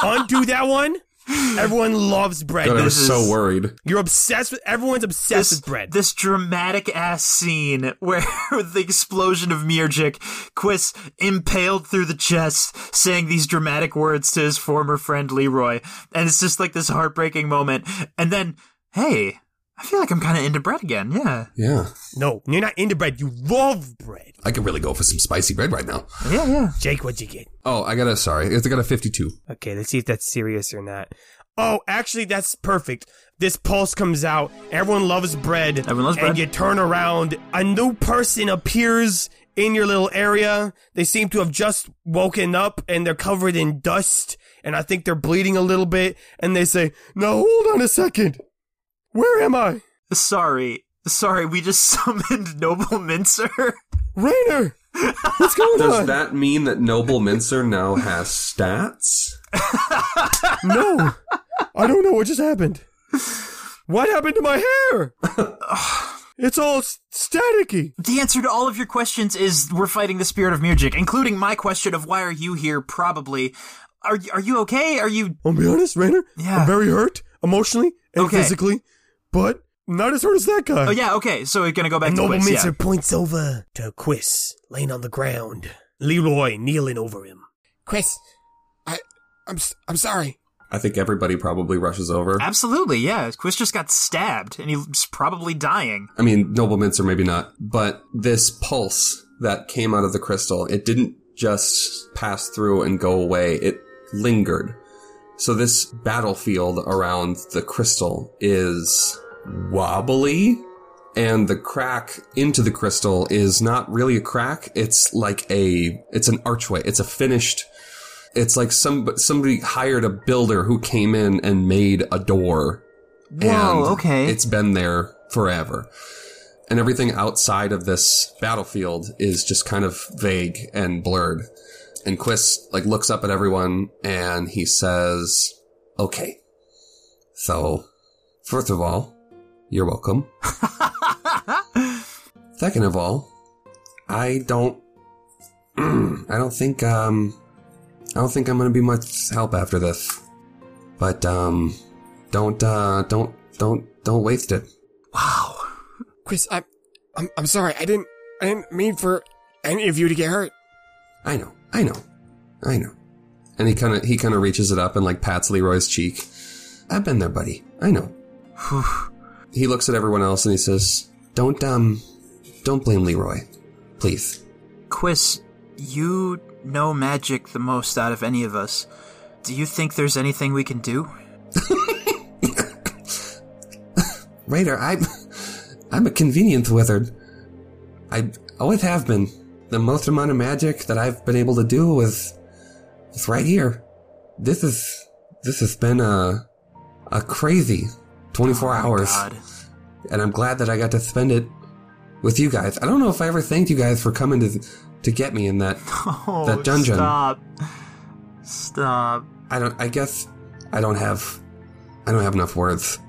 S4: Undo that one. Everyone loves bread.
S2: God, I was
S3: this
S2: so
S3: is-
S2: worried.
S4: You're obsessed with. Everyone's obsessed with bread.
S3: This dramatic ass scene <laughs> where with the explosion of Mirjik, Quiss impaled through the chest, saying these dramatic words to his former friend Leroy, and it's just like this heartbreaking moment. And then, hey, I feel like I'm kind of into bread again. Yeah,
S2: Yeah.
S4: no, you're not into bread. You love bread.
S2: I could really go for some spicy bread right now.
S3: yeah, yeah.
S4: Jake, what'd you get?
S2: Oh, I got a, sorry. I got a 52.
S4: Okay, let's see if that's serious or not. Oh, actually, that's perfect. This pulse comes out. Everyone loves bread.
S3: Everyone loves bread.
S4: And you turn around. A new person appears in your little area. They seem to have just woken up and they're covered in dust. And I think they're bleeding a little bit. And they say, Now hold on a second. Where am I?
S3: Sorry, sorry. We just <laughs> summoned Noble Mincer.
S4: Rainer!
S3: <laughs>
S4: What's going
S2: Does
S4: on?
S2: that mean that Noble Mincer now has stats?
S4: no. I don't know what just happened. What happened to my
S3: <sighs>
S4: hair? it's all s- staticky.
S3: The answer to all of your questions is we're fighting the spirit of Mirjik, including my question of why are you here? Probably. Are are you okay? Are you
S4: I'll be honest, Rainer.
S3: Yeah.
S4: I'm very hurt emotionally and
S3: Okay.
S4: physically, but not as hurt as that guy.
S3: Oh yeah, okay. So we're gonna go back
S4: And
S3: to
S4: Noble
S3: Quiz,
S4: Mincer
S3: yeah.
S4: points over to Quiz, laying on the ground. Leroy kneeling over him.
S9: Chris, I, I'm, s- I'm sorry.
S2: I think everybody probably rushes over.
S3: Absolutely, yeah. Quist just got stabbed, and he's probably dying.
S2: I mean, noble mints are maybe not, but this pulse that came out of the crystal, it didn't just pass through and go away. It lingered. So this battlefield around the crystal is wobbly, and the crack into the crystal is not really a crack. It's like a, it's an archway. It's a finished it's like some somebody hired a builder who came in and made a door.
S3: Whoa, okay.
S2: It's been there forever. And everything outside of this battlefield is just kind of vague and blurred. And Quist like looks up at everyone and he says, "Okay. So, first of all, you're welcome. Second of all, I don't <clears throat> I don't think um I don't think I'm gonna be much help after this. But um don't uh don't don't don't waste it.
S3: Wow.
S9: Chris, I'm, I'm I'm sorry. I didn't I didn't mean for any of you to get hurt.
S2: I know, I know, I know. And he kinda he kinda reaches it up and like pats Leroy's cheek. I've been there, buddy. I know. he looks at everyone else and he says, Don't um don't blame Leroy. Please.
S3: Quist, you know magic the most out of any of us. Do you think there's anything we can do?
S2: Raider, I'm <laughs> I'm a convenient wizard. I always have been. The most amount of magic that I've been able to do was was right here. This is this has been a a crazy 24
S3: Oh,
S2: hours,
S3: God. <laughs>
S2: and I'm glad that I got to spend it with you guys. I don't know if I ever thanked you guys for coming to to get me in that
S3: Oh,
S2: That dungeon.
S3: Stop. Stop.
S2: I don't. I guess I don't have. I don't have enough words.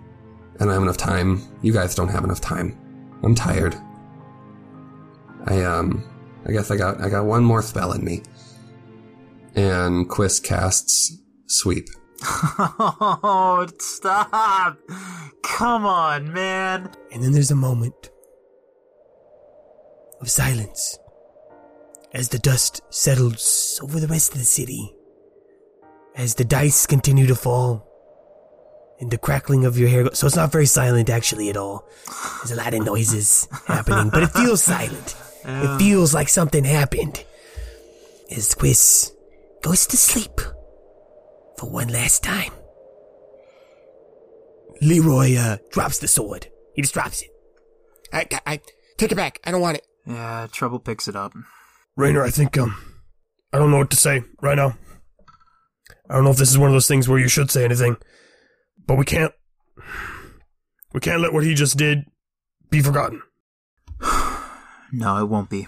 S2: I don't have enough time. You guys don't have enough time. I'm tired. I um. I guess I got. I got one more spell in me. And Quist casts sweep.
S3: Oh, stop. Come on, man.
S4: And then there's a moment of silence as the dust settles over the rest of the city, as the dice continue to fall, and the crackling of your hair. go- So it's not very silent, actually, at all. There's a lot of noises happening, but it feels silent. It feels like something happened. As Quiz goes to sleep for one last time. Leroy uh, drops the sword. He just drops it.
S9: I, I, I take it back. I don't want it.
S3: Yeah, trouble picks it up.
S6: Rainer, I think um, I don't know what to say right now. I don't know if this is one of those things where you should say anything, but we can't. We can't let what he just did be forgotten.
S3: No, it won't be.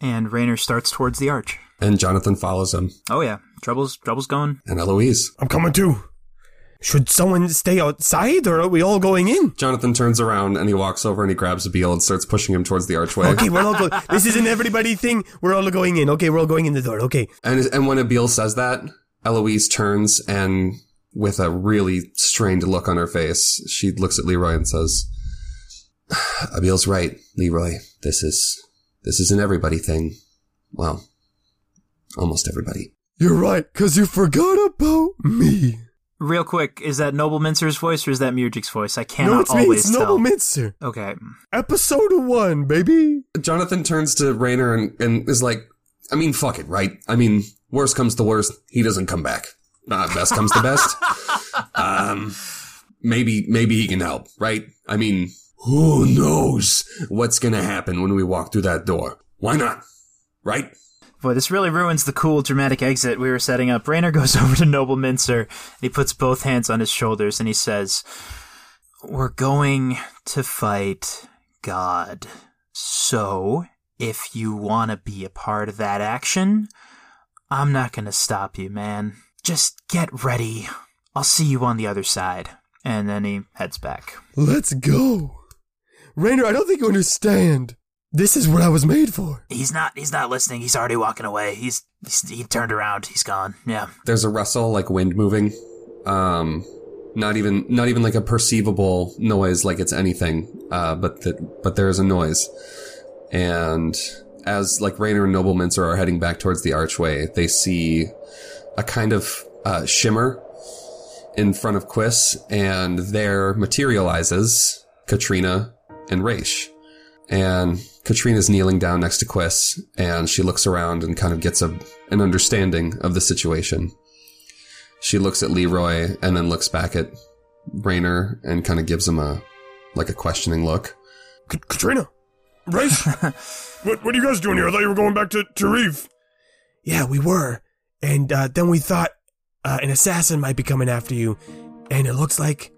S3: And Raynor starts towards the arch.
S2: And Jonathan follows him.
S3: Oh yeah, trouble's trouble's going.
S2: And Eloise.
S6: I'm coming too.
S4: Should someone stay outside, or are we all going in?
S2: Jonathan turns around and he walks over and he grabs Abiel and starts pushing him towards the archway.
S4: <laughs> Okay, we're all going. This is an everybody thing. We're all going in. Okay, we're all going in the door. Okay.
S2: And and when Abiel says that, Eloise turns and with a really strained look on her face, she looks at Leroy and says, <sighs> "Abiel's right, Leroy. This is this is an everybody thing. Well, almost everybody.
S4: You're right, because you forgot about me.
S3: Real quick, is that Noble Mincer's voice or is that Murgic's voice? I cannot
S4: no, it's me.
S3: always
S4: It's
S3: tell.
S4: Noble Mincer.
S3: okay.
S4: Episode one, baby.
S2: Jonathan turns to Raynor and, and is like, I mean, fuck it, right? I mean, worst comes to worst, he doesn't come back. Uh, best comes to best. Um, maybe, maybe he can help, right? I mean, who knows what's gonna happen when we walk through that door? Why not? Right?
S3: Boy, this really ruins the cool dramatic exit we were setting up. Raynor goes <laughs> over to Noble Mincer and he puts both hands on his shoulders and he says, We're going to fight God. So, if you want to be a part of that action, I'm not going to stop you, man. Just get ready. I'll see you on the other side. And then he heads back.
S4: Let's go. Rainer, I don't think you understand. This is what I was made for.
S3: He's not. He's not listening. He's already walking away. He's, he's he turned around. He's gone. Yeah.
S2: There's a rustle, like wind moving. Um, not even, not even like a perceivable noise, like it's anything. Uh, but the, but there is a noise. and as like Raynor and Noble Mincer are heading back towards the archway, they see a kind of uh, shimmer in front of Quiss, and there materializes Katrina and Raish. And Katrina's kneeling down next to Quiss, and she looks around and kind of gets a, an understanding of the situation. She looks at Leroy and then looks back at Rayner and kind of gives him a like a questioning look.
S6: Kat- Katrina, Race, what, what are you guys doing here? I thought you were going back to, to Reeve.
S4: Yeah, we were. And uh, then we thought uh, an assassin might be coming after you. And it looks like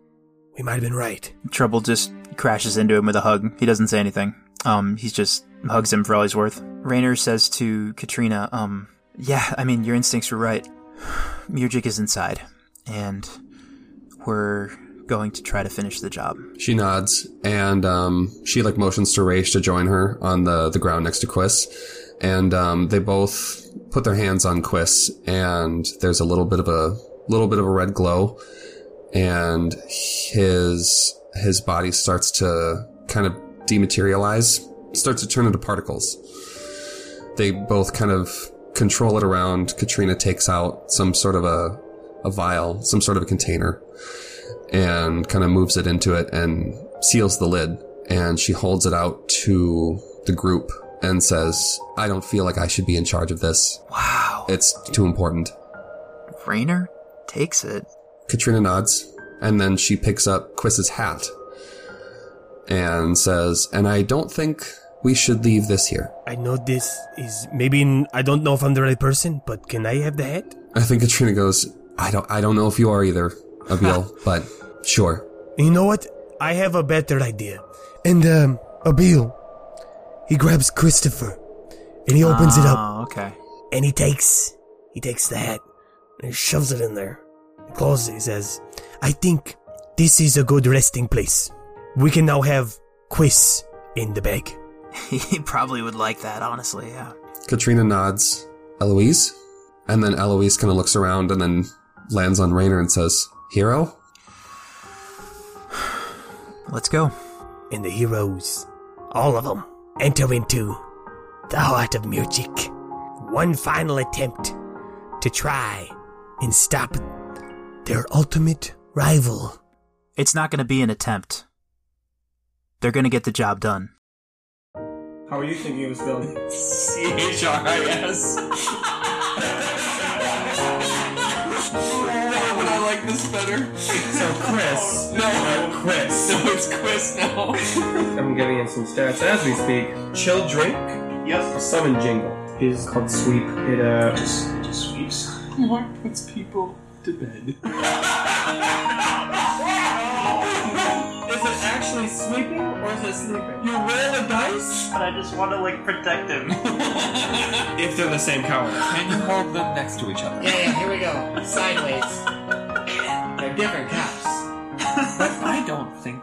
S4: we might have been right.
S3: Trouble just crashes into him with a hug. He doesn't say anything. Um, he just hugs him for all he's worth. Rainer says to Katrina, um, yeah, I mean, your instincts were right. <sighs> Murgic is inside, and we're going to try to finish the job.
S2: She nods and um, she like motions to Raish to join her on the, the ground next to Quiss. And um, they both put their hands on Quiss and there's a little bit of a little bit of a red glow and his his body starts to kind of dematerialize, starts to turn into particles. They both kind of control it around. Katrina takes out some sort of a a vial, some sort of a container and kind of moves it into it and seals the lid. And she holds it out to the group and says, I don't feel like I should be in charge of this.
S3: Wow.
S2: It's too important.
S3: Rainer takes it.
S2: Katrina nods and then she picks up Quiss's hat and says, And I don't think we should leave this here.
S4: I know this is maybe I don't know if I'm the right person, but can I have the hat?
S2: I think Katrina goes, I don't, I don't know if you are either, Abil, but sure.
S4: You know what? I have a better idea. And um, Abil, he grabs Christopher, and he opens it up,
S3: Oh, okay. <laughs>
S4: and he takes he takes the hat, and he shoves it in there. He closes. it, He says, "I think this is a good resting place. We can now have Quiz in the bag."
S3: he probably would like that, honestly, yeah.
S2: Katrina nods, Eloise? And then Eloise kind of looks around and then lands on Rainer and says, Hero?
S3: Let's go.
S4: and the heroes, all of them, enter into the heart of music. One final attempt to try and stop their ultimate rival.
S3: It's not going to be an attempt. They're going to get the job done.
S10: How are you thinking it was spelled? C H R I
S5: <laughs>
S10: S. But I like this better.
S5: So, Chris.
S10: No,
S5: Chris.
S10: so it's Chris now.
S5: I'm getting in some stats as we speak. Chill drink. Yep. Summon jingle. It is called sweep. It uh.
S10: just, it just sweeps. Mark puts people to bed.
S5: Is it actually sweeping or is it sleeping?
S10: You roll the dice,
S11: But I just want to like protect him.
S5: If they're the same color.
S10: and you hold them next to each other.
S11: yeah, yeah, here we go. Sideways. They're different cups.
S10: But I don't think.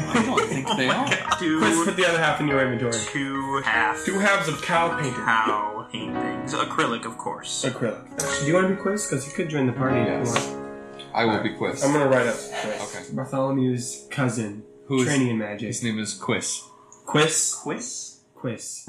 S10: I don't think they are.
S5: Chris, put the other half in your inventory.
S11: Two half
S5: Two halves of cow painting.
S11: cow paintings, acrylic, of course.
S5: Acrylic. Do you want to be quiz? Because you could join the party
S9: Yes.
S5: if you want.
S9: I will be Quiz.
S5: I'm gonna write up. Quiz.
S9: Okay.
S5: Bartholomew's cousin.
S9: Who is-
S5: training in magic?
S9: His name is Quiz.
S5: Quiz.
S11: Quiz.
S5: Quiz.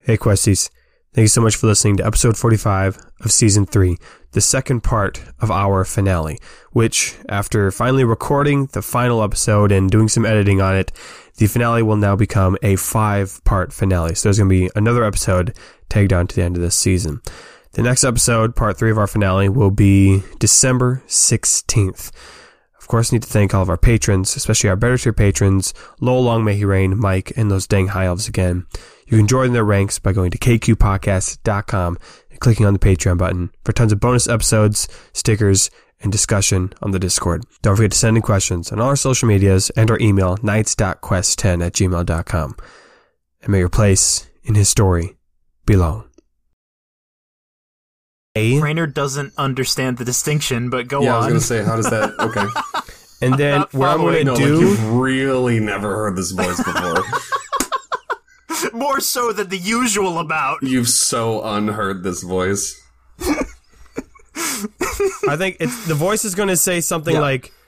S4: Hey, Questies. Thank you so much for listening to episode 45 of season three, the second part of our finale, which, after finally recording the final episode and doing some editing on it, the finale will now become a five part finale. So there's going to be another episode tagged on to the end of this season. The next episode, part three of our finale, will be December 16th. Of course, need to thank all of our patrons, especially our Better Tier patrons, Lowell Long May He Reign, Mike, and those dang high elves again. You can join their ranks by going to kqpodcast.com and clicking on the Patreon button for tons of bonus episodes, stickers, and discussion on the Discord. Don't forget to send in questions on all our social medias and our email, knights.quest10 at gmail.com. And may your place in his story be long. A-
S3: Rainer doesn't understand the distinction, but go
S2: yeah, I was
S3: on.
S2: gonna say, how does that? Okay,
S3: <laughs>
S4: And then what I'm going to
S2: no,
S4: do.
S2: like you've really never heard this voice before.
S3: More so than the usual about.
S2: you've so unheard this voice.
S4: I think it's the voice is going to say something
S2: Yeah.
S4: like,